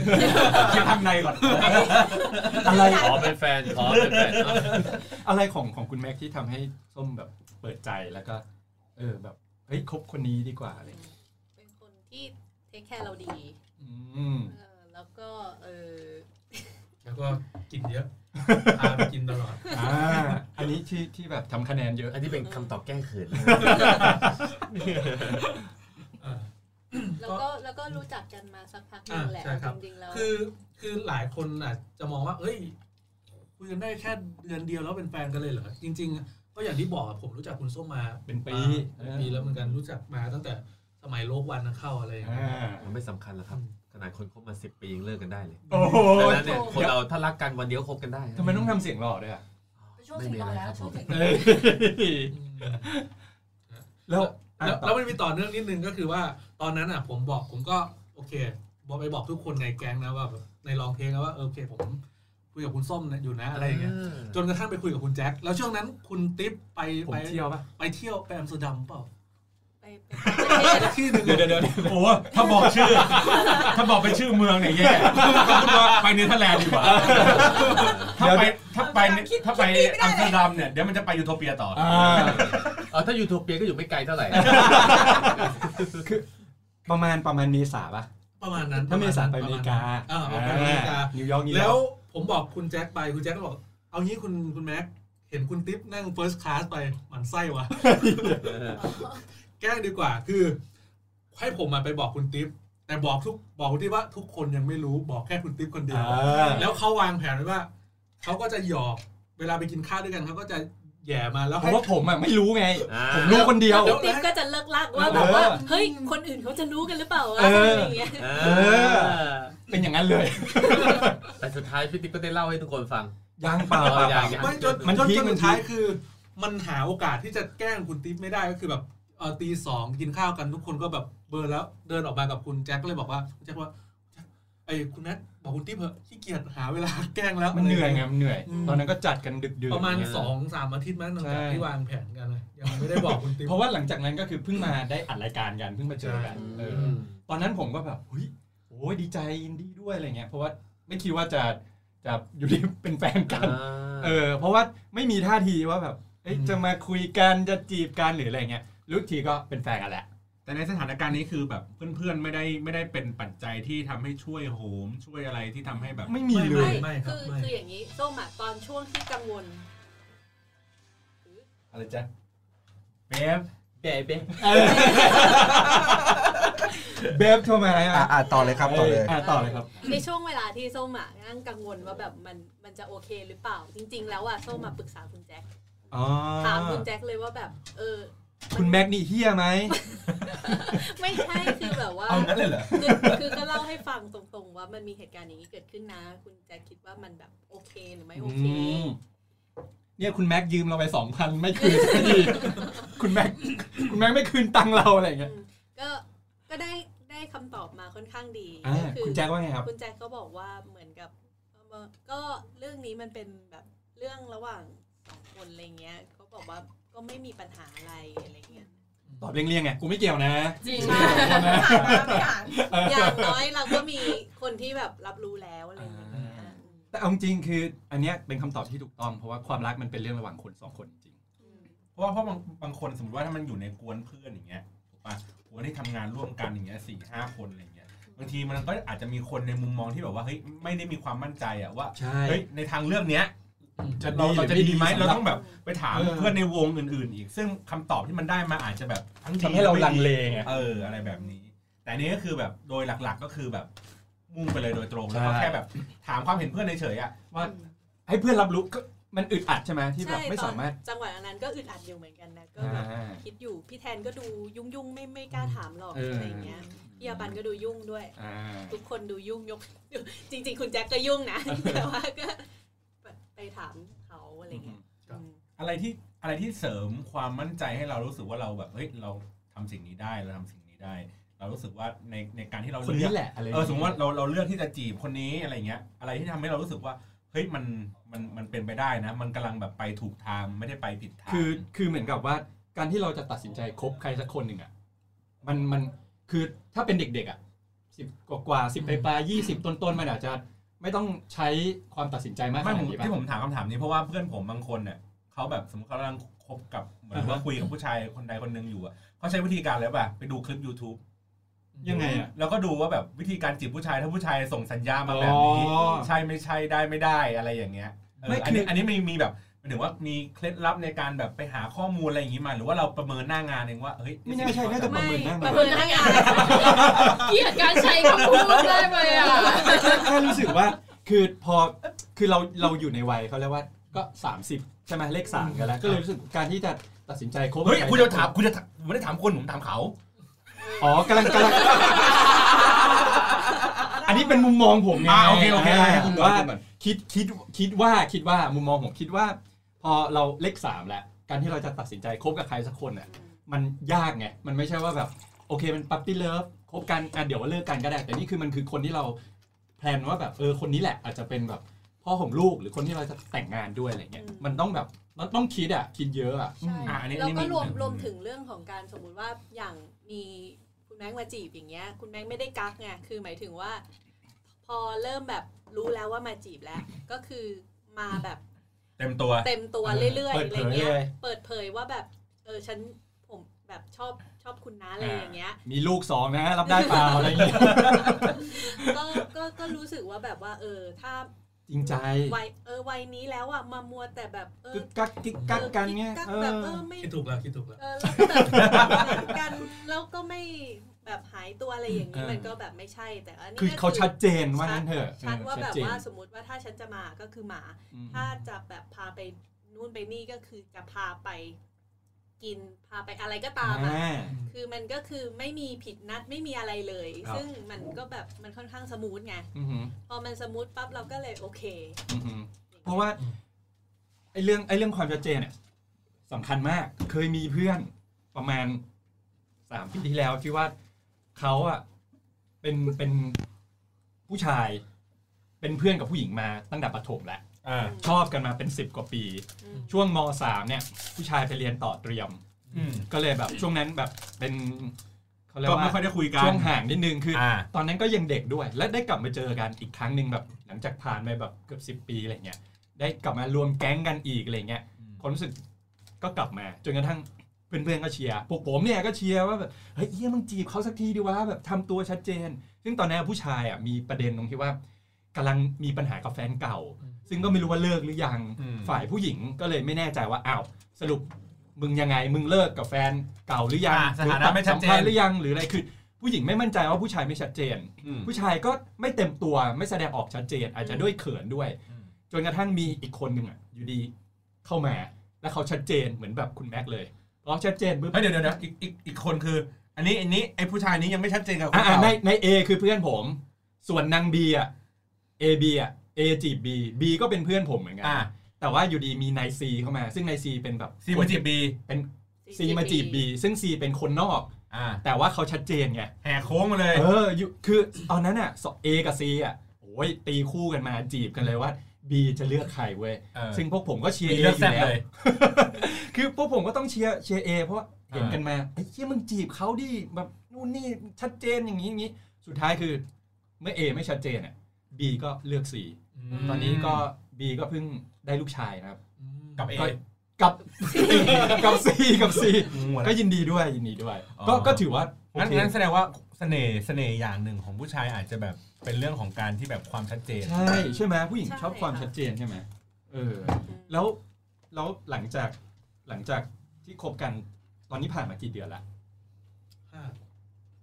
S4: เช็คข้างในก่อน
S1: อะไร
S2: ขอเป็นแฟนขอเป็นแฟนอ่ะ
S1: อะไรของของคุณแม็กที่ทำให้ส้มแบบเปิดใจแล้วก็ เออแบบเฮ้ยคบคนนี้ดีกว่าอะไรอย่างเงี้ย
S5: เป็นคนที่เทคแคร์เราดี
S1: อืม
S5: เออแล้วก็เออ
S3: แล้วก็กินเย อะพาไปกินตลอด
S1: อ่าอันนี้ที่ที่แบบทำคะแนนเยอะ
S2: อันนี้เป็นคำตอบแก้เขิน
S3: เออ
S5: แล้วก็แล้วก็รู้จักกันมาสักพักหนึงแห
S3: อ่า
S5: ละ
S3: ใช่ครับ
S5: จริงๆแล้ว
S3: คือคือหลายคนอาจจะมองว่า เอ้ยคุยกันได้แค่เดือนเดียวแล้วเป็นแฟนกันเลยเหรอจริง ๆ ก็อย่างที่บอกอะผมรู้จักคุณส้มมา
S1: เป็นปี
S3: ปีแล้วเหมือนกันรู้จักมาตั้งแต่ สมัยโลกวันเข้าอะไรอย่างเงี้ย
S2: มันไม่สำคัญหรอกครับ
S3: อืม
S2: ขนาดคนคบมาสิบปียังเลิกกันได้เลย
S4: โอ้โห
S2: ดังนั้นเนี่ยคนเราถ้ารักกันวันเดียวคบกันได้
S1: ทำไมต้องทำเสียงหล่อด้วยอ่ะ
S7: เป็นช่วงสิงโตแล้วช่วงสิงโต
S1: เอ้ยแล้วอ่ะต่อ
S3: แล้วแล้วมันมีต่อเนื่องนิดนึงก็คือว่าตอนนั้นอ่ะ ผมบอกผมก็โอเค บอกไปบอกทุกคนในแก๊งนะว่าแบบในลองเพลงนะว่าเออโอเคผมคุยกับคุณส้มอยู่นะอะไรอย่างเงี้ยจนกระทั่งไปคุยกับคุณแจ็คแล้วช่วงนั้นคุณติ๊บไป
S1: ผม
S3: ไป
S1: เที่ยวป่ะ
S3: ไปเที่ยวไปอัมสเตอร์ดัมเปล่า
S5: ไป
S3: ที่หนึ่ง
S1: เดี๋ยวเดี๋ยวเดี๋ยว
S4: โอ้โหถ้าบอกชื่อ ถ้าบอกเป็นชื่อเมืองเนี่ยแย่สมมติว่าไปเนเธอร์แลนด์ดีกว่า ถ้าไปถ้าไป
S7: คิด
S4: ถ้าไป
S7: คิดไม่ได้เลย
S4: อัมสเตอร์ดัมเนี่ยเดี๋ยวมันจะไปยูโทเปียต่ออ
S1: อ่า
S2: เออถ้ายูโทเปียก็อยู่ไม่ไกลเท่าไหร่
S1: ประมาณประมาณเมษาป่ะ
S3: ประมาณนั้น
S1: ถ้าเมษาไป
S3: ระ
S1: อเม
S3: ณ
S1: ริ
S3: นั้น
S1: กา
S3: อ่าไปอเมริกา
S1: อ่นิวยอร์กนิวย
S3: แล้
S1: อ
S3: ว
S1: ร์ก
S3: ผมบอกคุณแจ็คไปคุณแจ็คก็บอก เอางี้คุณคุณแม็กเห็นคุณติ๊บนั่ง first class ไปหมันไส้วะ แกล้งดีกว่าคือ ให้ผมมาไปบอกคุณติ๊บแต่บอกทุกบอกคุณติ๊บว่าทุกคนยังไม่รู้บอกแค่คุณติ๊บคนเดียว
S1: อ่า
S3: แล้วเขาวางแผนไว้ว่าเขาก็จะหยอกเวลาไปกินข้าวด้วยกันเขาก็จะแหย่มาแล้ว
S1: เพ
S3: ให้
S1: ราะว่าผมอ่ะไม่รู้ไง
S2: อ่า
S1: ผมรู้คนเดียว
S5: แล้วติ๊กก็จะเลิกลากว่าแบบว่า เฮ้ย คนอื่นเขาจะรู้กันหรือเปล่าวะ
S1: เอออ
S5: อะไรอย่างเงี้ย
S2: เออ
S1: เป็นอย่างนั้นเลย
S2: แต่สุดท้ายพี่ติ๊กก็ได้เล่าให้ทุกคนฟัง
S1: ยังเปล่าเปล่าเปล่า
S2: ยัง
S3: ไม่จน
S1: มัน
S3: จน
S1: พีค
S3: จน
S1: มั
S3: สุ
S1: น
S3: ด
S1: พีค
S3: ท้ายคือ มันหาโอกาสที่จะแกล้งคุณติ๊บไม่ได้ก็คือแบบเออตีสองกินข้าวกันทุกคนก็แบบเบอร์แล้วเดินออกมากับคุณแจ็คก็เลยบอกว่าคุณแจ็คว่าไอ้ยคุณแม็กบอกคุณติ๊บเหอะขี้เกียจหาเวลาแกล้งแล้ว
S1: มันเหนื่อยไงมันเหนื่อย
S3: อืม
S1: ตอนนั้นก็จัดกันดึกดื่น
S3: ประมาณ
S2: เนี่ย
S3: สองสามอาทิตย์มั้งตั้งแต่
S1: ใช่
S3: ที่วางแผนกันเลยยังไม่ได้บอกคุณติ๊บ
S1: เพราะว่าหลังจากนั้นก็คือเพิ่งมาได้อัดรายการกันเพิ่งมาเจอกันเออตอนนั้นผมก็แบบเฮ้ยโอ้ยดีใจยินดีด้วยอะไรเงี้ยเพราะว่าไม่คิดว่าจะจะอยู่ดีเป็นแฟนกัน เออเพราะว่าไม่มีท่าทีว่าแบบเอ้ย
S3: อืม
S1: จะมาคุยกันจะจีบกันหรืออะไรเงี้ยรู้อีกทีก็เป็นแฟนกันแหละ
S4: แต่ในสถานการณ์นี้คือแบบเพื่อนๆไม่ได้ไม่ได้เป็นปัจจัยที่ทำให้ช่วยโหม ช่วยอะไรที่ทำให้แบบ
S1: ไม่มีเล
S3: ไม่
S1: ย
S3: ไม่ครั
S5: คื
S3: บ
S5: อ
S3: ไม่
S5: คืออย่างนี้ส้มอ่ะตอนช่วงที่กังวล
S4: อะไรจ๊ะเบฟ
S2: เบ๊ะเบ๊ะ
S1: เบฟเข้ามา
S8: อ่ะ
S1: อ่ะ
S8: อ่ะต่อเลยครับต่อเลย
S1: อ่ะต่อเลยครับ
S5: ในช่วงเวลาที่ส้มอ่ะนั่งกังวลว่าแบบมันมันจะโอเคหรือเปล่า จริง ๆ แล้วอ่ะส้มมาปรึกษาคุณแจ็ค
S1: อ๋อ
S5: ถามคุณแจ็คเลยว่าแบบ เออ
S1: คุณแม็กนี่เฮี้ยไหม
S5: ไม่ใช่คือแบบว่า
S4: เอางั้นเลยเหรอ
S5: คือคือก็เล่าให้ฟังตรงๆ ว่ามันมีเหตุการณ์อย่างนี้เกิดขึ้นนะ คุณแจ็คคิดว่ามันแบบโอเคหรือไม่โอเค
S1: มเนี่ยคุณแม็กยืมเราไปสองพันไม่คืนสั กทีคุณแม็กคุณแม็กไม่คืนตังค์เราอะไรอย่างเงี้ย
S5: ก็ก็ได้ได้คำตอบมาค่อนข้างดี
S1: อ่า
S5: ก็คือ
S1: คุณแจ็คว่าไงครับ
S5: คุณแจ็คก็บอกว่าเหมือนกับเอ่อก็เรื่องนี้มันเป็นแบบเรื่องระหว่างสองคนอะไรเงี้ยเขาบอกว่าก็ไม่มีปัญหาอะไรอะไรเงี้ย
S1: ตอบเลี่ยงๆไงกูไม่เกี่ยวนะ
S6: จริง
S7: ไม่อ่าน
S5: อย่างน้อยเราก็มีคนที่แบบรับรู้แล้วอะไรอย่างเงี้ย
S1: แต่เอาจริงๆคือ อันเนี้ยเป็นคำตอบที่ถูกต้องเพราะว่าความรักมันเป็นเรื่องระหว่างคนสองคนจริง
S5: อืม
S4: เพราะว่าเพราะบางบางคนสมมติว่าถ้ามันอยู่ในกวนเพื่อนอย่างเงี้ยถูกปะกวนที่ทำงานร่วมกันอย่างเงี้ยสี่ห้าคนอะไรอย่างเงี้ยบางทีมันก็อาจจะมีคนในมุมมองที่แบบว่าเฮ้ยไม่ได้มีความมั่นใจอะว่า
S1: ใช่
S4: เฮ้ยในทางเลือกเนี้ย
S1: จะดี
S4: เราเราจะ
S1: หรือไม่
S4: ดีไหม
S1: ดีสำหรับ
S4: เราต้องแบบไปถาม
S1: เออ
S4: เพื่อนในวงอื่น ๆ อีก ซึ่งคำตอบที่มันได้มาอาจจะแบบทั้งดี
S1: ทำให้เราลังเลไง
S4: เอออะไรแบบนี้ แต่อันนี้ก็คือแบบโดยหลักๆก็คือแบบมุ่งไปเลยโดยตรงแล้วก็
S1: ใช่
S4: แค่แบบถามความเห็นเพื่อนเฉยๆอะ
S1: ว่าให้เพื่อนรับรู้ก็มันอึดอัดใช่ไหมที่แบบไม่
S5: ใช่ตอน
S1: สามารถ
S5: จังหวะนั้นก็อึดอัดอยู่เหมือนกันนะก็
S1: อ่
S5: แบบ
S1: า
S5: คิดอยู่พี่แทนก็ดูยุ่งยุ่งๆไม่ไม่กล้าถามหรอก
S1: เอออ
S5: อะไรอย่างเงี้ยพี่อาบันก็ดูยุ่งด้วย
S1: อ่า
S5: ทุกคนดูยุ่งยก จริง ๆ คุณแจ็คก็ยุ่งนะ แต่ว่าก็ไปถามเขาอะไรเงี้ย
S3: ครับ
S5: อืม
S4: อะไรที่อะไรที่เสริมความมั่นใจให้เรารู้สึกว่าเราแบบเฮ้ยเราทำสิ่งนี้ได้เราทำสิ่งนี้ได้ เรารู้สึกว่าในในการที่เรา
S1: คน
S4: เลือก
S1: นี้แหละอะไรย่ง
S4: เออ
S1: งี้ย
S4: สมมติว่าเราเราเลือกที่จะจีบคนนี้อะไรเงี้ย อะไรที่ทำให้เรารู้สึกว่าเฮ้ยมันมันมันเป็นไปได้นะ มันกำลังแบบไปถูกทางไม่ได้ไปผิดทาง
S1: คือคือเหมือนกับว่าการที่เราจะตัดสินใจคบใครสักคนหนึ่งอ่ะมันมันคือถ้าเป็นเด็กๆอ่ะสิบกว่ากว่าสิบปลายๆยี่สิบต้นๆมันอาจจะไม่ต้องใช้ความตัดสินใจมากข
S4: ไม่
S1: นา
S4: ผ
S1: ด
S4: ม
S1: นี้
S4: ที่ผ
S1: ป่ะ
S4: มถามคำถามนี้เพราะว่าเพื่อนผมบางคนเนี่ยเขาแบบสมมติเขากำลังคบกับเหมือนว่า
S1: อ่าฮะ
S4: คุยกับผู้ชายคนใดคนหนึ่งอยู่อะเขาใช้วิธีการอะไรป่ะไปดูคลิป YouTube
S1: ยังไงอ่ะ
S4: แล้วก็ดูว่าแบบวิธีการจีบผู้ชายถ้าผู้ชายส่งสัญญามาแบบนี้
S1: อ๋อ
S4: ใช่ไม่ใช่ได้ไม่ได้อะไรอย่างเงี้ยเออ
S1: ไม่
S4: อันนี้
S1: คืออั
S4: อันนี้มีมีแบบหมายถึงว่ามีเคล็ดลับในการแบบไปหาข้อมูลอะไรอย่างงี้มา หรือว่าเราประเมินหน้างานเองว่าเฮ้ย
S1: ไม่น่าใช่น่าจะป
S5: ไม่
S1: ระเมินหน้างา
S5: ป
S1: น
S5: ระเมินหน้างาน
S6: เกลียดการใช้คำพูดได้ไหมอ่ะ
S1: แค่รู้สึกว่าคือพอคือเราเราอยู่ในวัยเขาเรียกว่าก็ 30 ใช่ไหมเลขสามกันแล้ว ก็เลยรู้สึกการที่จะตัดสินใจคบ
S4: เฮ้ย
S1: ใร
S4: คุณจะถามคุณจะถามผมไม่ได้ถามคนผมถามเขา
S1: อ๋อกำลังกำลังอันนี้เป็นมุมมองผมไง
S4: อ่าโอเคโอเคได้ครับ
S1: า
S4: คุณบอล
S1: ว่า
S4: คุณบอล
S1: คิดคิดคิดว่าคิดว่ามุมมองผมคิดว่า พอเราเลขสามแล้วการที่เราจะตัดสินใจคบกับใครสักคนอ่ะ มันยากไง มันไม่ใช่ว่าแบบ โอเคมันปั๊ปปี้เลิฟคบกันอ่ะเดี๋ยวเลิกกันก็ได้ แต่นี่คือมันคือคนที่เราแพลนว่าแบบเออคนนี้แหละอาจจะเป็นแบบพ่อของลูกหรือคนที่เราจะแต่งงานด้วยอะไรเงี้ย
S5: อืม
S1: มันต้องแบบมันต้องคิดอ่ะคิดเยอะอ่ะ
S5: ใช่
S4: อ่ะอันนี้อัน
S5: แล้ว
S4: นี้
S5: ก็
S4: มี
S5: รวม
S4: อืม
S5: รวมถึงเรื่องของการสมมุติว่าอย่างมีคุณแม็กมาจีบอย่างเงี้ย คุณแม็กไม่ได้กักไงคือหมายถึงว่า พอเริ่มแบบรู้แล้วว่ามาจีบแล้ว ก็คือมาแบบ
S4: เต็มตัว
S5: เต็มตัว
S1: เออ
S5: เรื่อยๆ
S1: เปิด
S5: อะไร
S1: เผย
S5: เงี้ย
S1: เลย
S5: เปิดเผยว่าแบบเออฉันผมแบบชอบชอบคุณนะอะไรอย่างเงี้ย
S1: มีลูกสองนะรับได้เปล่าอะไรเงี้ย
S5: ก็ก็ก็รู้สึกว่าแบบว่า เออ ถ้า
S1: จริงใจ
S5: วัยเออวัยนี้แล้วอ่ะมามัวแต่แบบเออก
S1: ึกกักกิกกักกันเงี้ย
S5: กัก
S1: เอ
S5: แบบ
S1: อ
S5: เออไม่
S3: คิดถูกแล้วคิดถูกแล้ว
S5: เออแล้วก็แบบเหมือนกันแล้วก็ไม่แบบหายตัวอะไรอย่างนี้
S1: เออ
S5: มันก็แบบไม่ใช่แต่อันนี้
S1: คือ
S5: ก็
S1: เขาชัดเจนว่านั้นเถอะ
S5: ชัดว่า
S1: เออ
S5: แบบ
S1: เจน
S5: ว่าสมมติว่าถ้าฉันจะมาก็คือมา
S1: อืม
S5: ถ้าจะแบบพาไปนู่นไปนี่ก็คือจะพาไป กินพาไปอะไรก็ตามอะคือมันก็คือไม่มีผิดนัดไม่มีอะไรเลย
S1: ครับ
S5: ซึ่งมันก็แบบมันค่อนข้างสมูทไง
S1: อือหือ
S5: พอมันสมูทปั๊บเราก็เลยโอเค
S1: อือหือเพราะว่าไอ้เรื่องไอ้เรื่องความชัดเจนเนี่ยสำคัญมากเคยมีเพื่อนประมาณสามปีที่แล้วที่ว่าเขาอะเป็นเป็นผู้ชาย เป็นเพื่อนกับผู้หญิงมาตั้งแต่ประถมแล้ว
S4: อ่า
S1: ชอบกันมาเป็นสิบกว่าปี
S5: อืม
S1: ช่วงมสามเนี่ย ผู้ชายไปเรียนต่อเตรียม
S4: อืม
S1: ก็เลยแบบช่วงนั้นแบบเป็นเขาเรีย
S4: ก็
S1: กว่า
S4: ไม่ค่อยได้คุยกัน
S1: ช่วงห่างนิดนึงคืออ
S4: อ่า
S1: ตอนนั้นก็ยังเด็กด้วย และได้กลับมาเจอกันอีกครั้งหนึ่งแบบหลังจากผ่านไปแบบเกือบสิบ10 ปีอะไรเงี้ยได้กลับมารวมแก๊งกันอีกอะไรเงี้ย
S4: อืม
S1: ความรู้สึกก็กลับมาจนกระทั่งเพื่อนๆก็เชียร์พวกผมเนี่ยก็เชียร์ว่าแบบเฮ้ยเอี้ยมึงจีบเขาสักทีดีวะแบบทำตัวชัดเจน ซึ่งตอนนั้นผู้ชายอ่ะมีประเด็นตรงที่ว่ากำลังมีปัญหากับแฟนเก่า ซึ่งก็ไม่รู้ว่าเลิกหรือยัง
S4: อืม
S1: ฝ่ายผู้หญิงก็เลยไม่แน่ใจว่าอ้าวสรุปมึงยังไงมึงเลิกกับแฟนเก่าหรือยัง
S4: อ่ะสถานะ
S1: หรือตั
S4: ไม่ชัดเจน
S1: สัพัธ์หรือยังหรืออะไรคือผู้หญิงไม่มั่นใจว่าผู้ชายไม่ชัดเจน
S4: อืม
S1: ผู้ชายก็ไม่เต็มตัวไม่แสดงออกชัดเจน อาจจะด้วยเขินด้วย
S4: อืม
S1: จนกระทั่งมีอีกคนหนึ่งอ่ะอยู่ดีเข้ามาแล้วเขาชัดเจนเหมือนแบบคุณแม็กซ์เลยพอชัดเจนปุ๊บ
S4: เฮ้ยเดี๋ยวเดี๋ยวเดี๋ยวอีกอีกอีกคนคือ อันนี้อันนี้ไอ้ผู้ชายนี้ยังไม่ชัดเจนกับคน
S1: อ่า
S4: เก่า
S1: ในในเอคือเพื่อนผม ส่วนนางบีอ่ะเอบีอ่ะเอจีบบีบีก็เป็นเพื่อนผมเหมือนกัน
S4: อ่า
S1: แต่ว่าอยู่ดีมีนายซีเข้ามา ซึ่งนายซีเป็นแบบ
S4: ซีมาจีบบี
S1: เป็น ซีมาจีบบีซึ่งซีเป็นคนนอก
S4: อ่า
S1: แต่ว่าเขาชัดเจนไง
S4: แห่โค้งมาเลย
S1: เอออยู่คือตอนนั้นอ่ะสเอกับซีอ่ะโอ้ยตีคู่กันมาจีบกันเลยว่าบีจะเลือกใครเว้ย
S4: เออ
S1: ซึ่งพวกผมก็เชียร์ A
S4: มี
S1: อ
S4: เลือก
S1: ยู่
S4: แซ่บ
S1: แล้ว
S4: เลย
S1: คือพวกผมก็ต้องเชียร์เชียร์เอเพราะเห็น
S4: เออ
S1: กันมาไอ้เชี่ยมึงจีบเขาดิแบบนู่นนี่ชัดเจนอย่างนี้อย่างนี้สุดท้ายคือ เมื่อเอไม่ชัดเจนอ่ะบีก็เลือกซีตอนนี้ก็บีก็เพิ่งได้ลูกชายนะครับ
S4: กับเอ
S1: ก็กับ กับซีกับซี ก็ยินดีด้วยยินดีด้วย
S4: อ๋อ
S1: ก็ก็ถือว่า
S4: งั้น
S1: โอเค
S4: งั้นแสดงว่าเสน่ห์เสน่ห์อย่างหนึ่งของผู้ชายอาจจะแบบเป็นเรื่องของการที่แบบความชัดเจน
S1: ใช่ใช่ไหมผู้หญิง
S5: ใช่
S1: ชอบความ
S5: ค่ะ
S1: ชัดเจนใช่ไหมเออ
S5: อืม
S1: แล้วแล้วหลังจากหลังจากที่คบกันตอนนี้ผ่านมากี่เดือนละ
S3: ห้า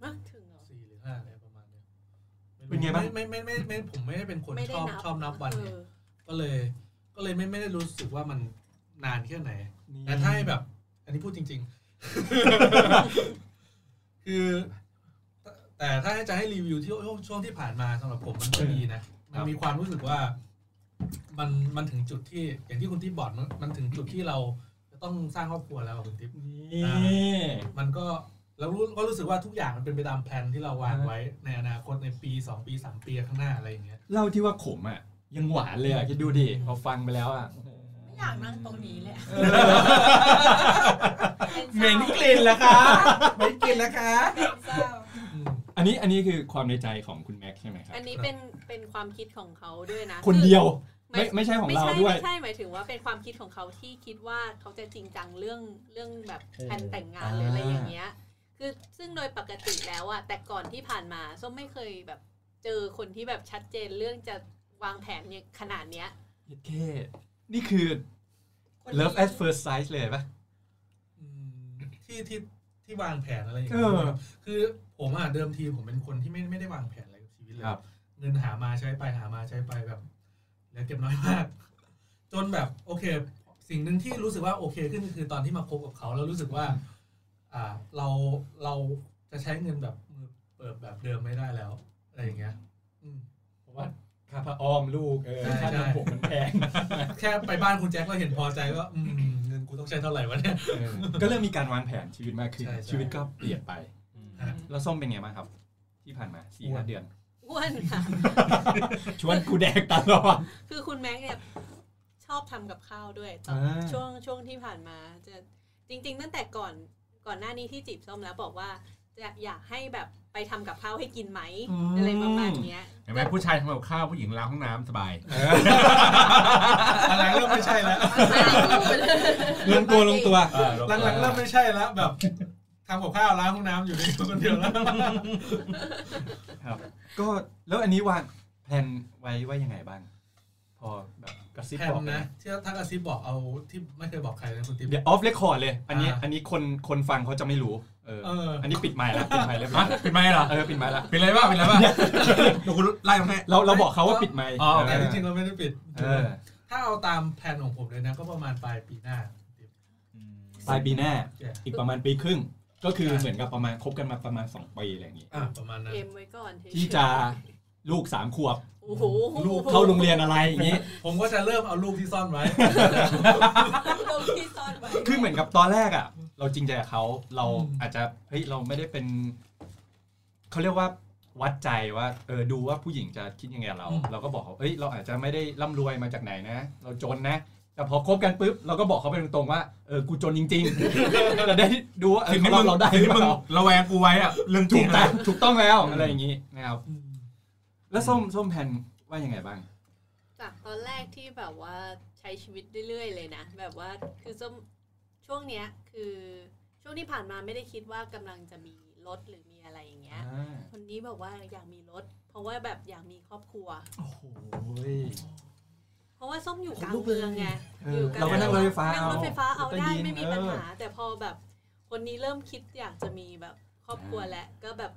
S5: มาถึงเหรอ
S3: สี่หรือห้าอะไรประมาณเนี้ย
S1: เป็นไงบ้าง
S3: ไม่ไม่ไม่ไม่ผมไม่ได้เป็นคน
S5: ไม่
S3: ช
S5: ได้
S3: อบ
S5: นับ
S3: ชอบนับวัน
S5: เอ
S3: ไง
S5: อ
S3: ก็เลย ก็เลยไม่ไม่ได้รู้สึกว่ามันนานแค่ไหน แต่ถ้าให้แบบ อันนี้พูดจริง ๆ คือ แต่ถ้าจะให้รีวิวที่ช่วงที่ผ่านมาสำหรับผมมันก็ดีนะมันมีความรู้สึกว่า มันมันถึงจุดที่ อย่างที่คุณที่บอกมันมันถึงจุดที่เราจะต้องสร้างครอบครัวแล้วอะคุณทิพย์
S1: นี่
S3: อ่ มันก็เรารู้ก็รู้สึกว่าทุกอย่างมันเป็นไปตามแผนที่เราวางไว้ในอนาคตในปี 2 ปี 3 ปีข้างหน้าอะไรอย่างเงี้ย
S1: เล่าที่ว่าขมอ่ะ ยังหวานเลยอ่ะคิดดูดิพอฟังไปแล้วอ่ะ
S7: ไม่อยากนั่งตรงนี้ เลยอะเป็น
S4: เหม็
S7: ศร้าน
S4: กลิ่นละคะเหม็นกลิ่นละคะ
S7: เป็นเศร้า
S3: อืม
S1: อันนี้อันนี้คือความในใจของคุณแม็กซ์ใช่ไหมครับ
S5: อันนี้เป็นเป็นความคิดของเขาด้วยนะ
S1: คน
S5: อ
S1: เดียว ไม่ไม่ใช่ของ
S5: ไม่
S1: เรา
S5: ใช่
S1: ด้วย
S5: ไม่ใช่หมายถึงว่าเป็นความคิดของเขาที่คิดว่าเขาจะจริงจังเรื่องเรื่องแบบแผนแต่งงาน
S1: อ่า
S5: หรืออะไรอย่างเงี้ย คือซึ่งโดยปกติแล้วอะแต่ก่อนที่ผ่านมาส้มไม่เคยแบบเจอคนที่แบบชัดเจนเรื่องจะวางแผนเนี่ยขนาดเนี้ย
S1: เย็ดเคนี่คือ
S7: คน
S1: love at first sight เลยปะ
S3: อืมที่ที่ที่วางแผนอะไรอย่าง
S1: เอ
S3: เงี้
S1: อย
S3: คือผมอ่ะเดิมทีผมเป็นคนที่ไม่ไม่ได้วางแผนอะไรกับชีวิตเลย
S1: ครับ
S3: เงินหามาใช้ไปหามาใช้ไปแบบเหลือเก็บน้อยมาก จนแบบโอเค สิ่งหนึ่งที่รู้สึกว่าโอเคขึ้นคือตอนที่มาคบกับเขาแล้วรู้สึกว่า อ่าเราเรา จะใช้เงินแบบมือเปิดแบบเดิมไม่ได้แล้วอะไรอย่างเงี้ยอืม
S1: เพราะว่าค่าผ้าอ้อมลูกเออ
S3: ใช่
S1: ค่า
S3: ใช่
S1: นมผมมันแพง
S3: แค่ไปบ้านคุณแจ็คก็เห็นพอใจก็อืมเงินกูต้องใช้เท่าไหร่วะเนี่ย
S1: เออก็เริ่มมีการวางแผนชีวิตมากขึ้น
S3: ใช่ใช่
S1: ชีวิตก็เปลี่ยนไป
S3: อ่ะ
S1: แล้วส้มเป็นไงบ้างครับ ที่ผ่านมาสี่
S3: อ้ว
S1: ห้าน เดือน
S5: อ้วนค่ะ
S1: ชวนกูแดกตลอด
S5: คือคุณแม็กซ์เนี่ยชอบทำกับข้าวด้วยตอ
S1: อ่
S5: นา ช่วงช่วงที่ผ่านมาจะจริง ๆ ตั้งแต่ก่อนก่อนหน้านี้ที่จีบส้มแล้วบอกว่าจะอยากให้แบบไปทำกับข้าวให้กินไหมอะไรประมาณเนี้ย
S4: เห็นไหมผู้ชายทำกับข้าวผู้หญิงล้างห้องน้ำสบาย
S3: หลังๆเริ่มไม่ใช่แล้ว
S1: ลงตัวลงตัว
S3: หลังๆเริ่มไม่ใช่แล้วแบบทำกับข้าวล้างห้องน้ำอยู่ในตัวคนเดียวแล้ว
S1: ครับก็แล้วอันนี้วางแผนไว้ว่ายังไงบ้าง พอแบบกระซิบ
S3: แพ
S1: บอก
S3: ม
S1: ไหม
S3: นะที่ทักอาซิบบอกเอาที่ไม่เคยบอกใครนะคุณติ๊บ
S1: เดี๋ยวออฟเรคคอร์ดเลย อันนี้
S3: อ่า
S1: อันนี้คนคนฟังเขาจะไม่รู้เออ
S3: เออ
S1: อันนี้ปิดไมค์แล้วปิดไม ค์เรียบร้อ
S4: ฮะ
S1: ย
S4: เป็นไหมเหรอ
S1: เออปิดไมค์แล้ว
S4: เป็นไรบ้างเป็นไรบ้างเดี๋ยวคุณไล่ตรงนี้
S1: เราเราบอกเขาว่าปิดไมค์
S4: อ๋อโอเค
S3: แต่จริงๆเราไม่ได้ปิด
S1: เออ
S3: ถ้าเอาตามแผนของผมเลยนะ ก็ประมาณปลายปีหน้า
S1: ปลายปีหน้า
S3: Yeah
S1: อีกประมาณปีครึ่ง ก็คือ
S3: ใช่
S1: เหมือนกับประมาณคบกันมาประมาณ 2 ปีอะไรอย่างงี้
S3: อ่ะประมาณนั้น
S5: เอ็มไว้ก่อนเฉยๆ
S1: ที่จะลูกสามขวบ
S5: โอ้โห
S1: ลูกเข้าโรงเรียนอะไรอย่างงี้
S3: ผมก็จะเริ่มเอารูปที่ซ่อนไว้
S5: ลงที่ซ่อนไว้
S1: คือเหมือนกับตอนแรกอ่ะ เราจริงใจกับเขาเรา
S3: อืม
S1: อาจจะเฮ้ยเราไม่ได้เป็นเขาเรียกว่าวัดใจว่าเออดูว่าผู้หญิงจะคิดยังไงกับเรา เราก็บอกเขาเอ้ยเราอาจจะไม่ได้ร่ำรวยมาจากไหนนะ เราจนนะ แต่พอคบกันปุ๊บเราก็บอกเขาไปตรงๆว่าเออกูจนจริงๆ เราได้ดูว่าเออ
S4: สิ่ง
S1: เขา
S4: ที่
S1: รับ
S4: มึง
S1: เราได้ห
S4: สิ่ง
S1: รือ
S4: ที่
S1: เป
S4: มึง
S1: ล่า
S4: ระแวงกูไว้อะเรื่องจริ
S1: ถู
S4: ง
S1: ก
S4: นะ
S1: ต้องถูกต้องแล้ว
S4: อืม
S1: อะไรอย่างนี้นะครับ
S3: อืม
S1: แล้วส้มส้มแผ่นว่ายังไงบ้าง
S5: จากตอนแรกที่แบบว่าใช้ชีวิตเรื่อยๆเลยนะ แบบว่าคือส้มช่วงเนี้ยคือช่วงที่ผ่านมาไม่ได้คิดว่ากำลังจะมีรถหรือมีอะไรอย่างเงี้ย คนนี้บอกว่าอยากมีรถ เพราะว่าแบบอยากมีครอบครัว
S1: โอ้โห
S5: เพราะว่าส้มอยู่กลางเมืองไง
S1: เอออยู่
S5: ล
S1: เราก็นั่งรถไฟฟ้า
S5: นั่งรถไฟฟ้าเอา
S1: เอา
S5: ได้
S1: ใต้ดิน
S5: ไม่มีปัญหา
S1: เออ
S5: แต่พอแบบคนนี้เริ่มคิดอยากจะมีแบบครอบครัวแล้วก็แบบ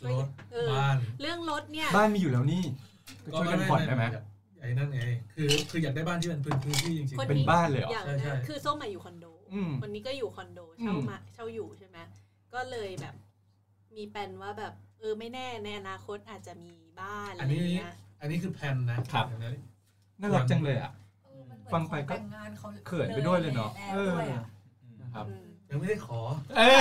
S5: ช่วย
S3: รถ
S5: เออ
S3: บ้าน
S5: เรื่องรถเนี่ย
S1: บ้านมีอยู่แล้วนี่ก็ช่วยกันผ่อนได้ไหม
S3: ไอ้นั่นไงคือคืออยากได้บ้านที่เป็นพื้นพื้นที่จริง
S5: คน
S1: เป็นบ้านเลยเหรอ
S5: อย่าง
S3: ใช่ใช่
S5: นะคือส้มมาอยู่คอนโด
S1: อืม
S5: คนนี้ก็อยู่คอนโดเช่ามาเช่าอยู่ใช่ไหมก็เลยแบบ มีแผนว่าแบบเออไม่แน่ในอนาคตอาจจะมีบ้านอะไรอย่างเงี้ย
S3: ๆ อันนี้คือแผนนะครับ อย่างนั้น
S1: น่ารักจังเลยอ่ะ
S7: เออมันเหมือน
S1: ฟังไปก็
S7: แต่งานเขา
S1: เขินไปด้วยเลยเนาะ
S7: แอบด้วยอะ
S1: ครับ
S3: ยังไม่ได้ขอ
S1: เออ